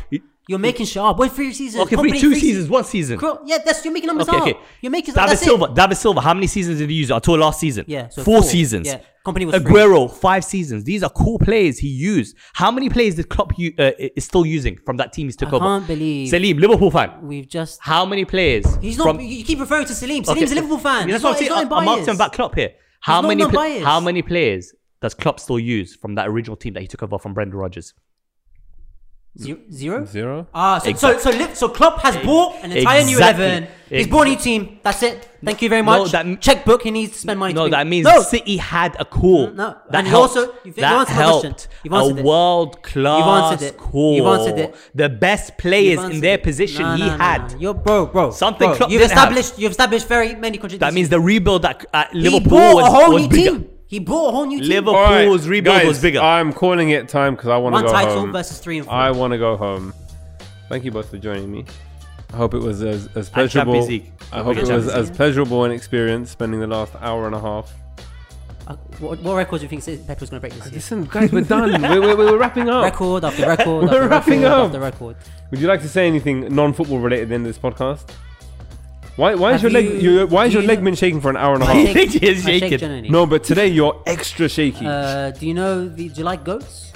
You're making shit up. Wait, three seasons. okay, three, Company, two three seasons, one season. Bro, yeah, that's you're making numbers Okay, up. okay. You're making David that's it. Silva. David Silva. How many seasons did he use? Until last season. Yeah, so four, four. seasons. Yeah, company was free. Aguero five seasons. These are cool players he used. How many players did Klopp u- uh, is still using from that team he took I over? can't believe- Salim Liverpool fan. We've just. How many players? He's not. from- you keep referring to Salim. Okay, Salim's a Liverpool fan. yeah, He's That's what not, I'm he's saying. not I'm, I'm unbiased. asking about Klopp here. How He's not many? not pla- biased. how many players does Klopp still use from that original team that he took over from Brendan Rodgers? Zero? Zero? Zero. Ah, so, so, so, Liv- so Klopp has bought an entire new Exactly. 11. He's bought a new team. That's it. Thank you very No, much. that- Checkbook, he needs to spend money. to No, be- that means No. City had a core. No, that and you helped. also- you've- you that answered my helped. question. You've answered a it. world class it. core. You've answered it. The best You've players in answered their it. position No, he no, no, had. no. You're bro, bro. Something bro. Klopp you've didn't have. established. You've established very many contradictions. That means the rebuild that at he Liverpool bought was, a whole was new bigger. team. He bought a whole new team. Liverpool- All Liverpool's rebuild guys, was bigger. I'm calling it time because I want to One go title home. versus three and four. I want to go home. Thank you both for joining me. I hope it was as, as pleasurable. Champions League. I hope Okay, it was Champions as pleasurable an experience spending the last hour and a half. Uh, what, what record do you think Pep was going to break this year? Listen, guys, we're done. we're, we're, we're wrapping up. Record after (laughs) record. We're after wrapping record up. After record. Would you like to say anything non-football related at the end of this podcast? Why, why is Have your leg? you- Your, why has do your you- leg been shaking for an hour and a My half? leg- He is I shake shaking. generally. No, but today you're extra shaky. Uh, do you know the? Do you like goats?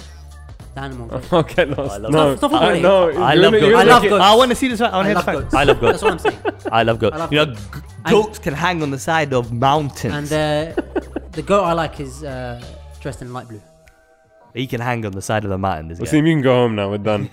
The animal. goats. (laughs) I'll get lost. I love no, Stop- stop football I, related. no, I you're love li- goats. you're I love looking- goats. I want to see this. one. I want I to have love fun. goats. (laughs) I love goats. That's what I'm saying. I love goats. I love you know, goats. g- And- goats can hang on the side of And mountains. uh, the goat I like is uh, dressed in light blue. he can hang on the side of the mountain. This Well, guy. Sim, you can go home now. We're done.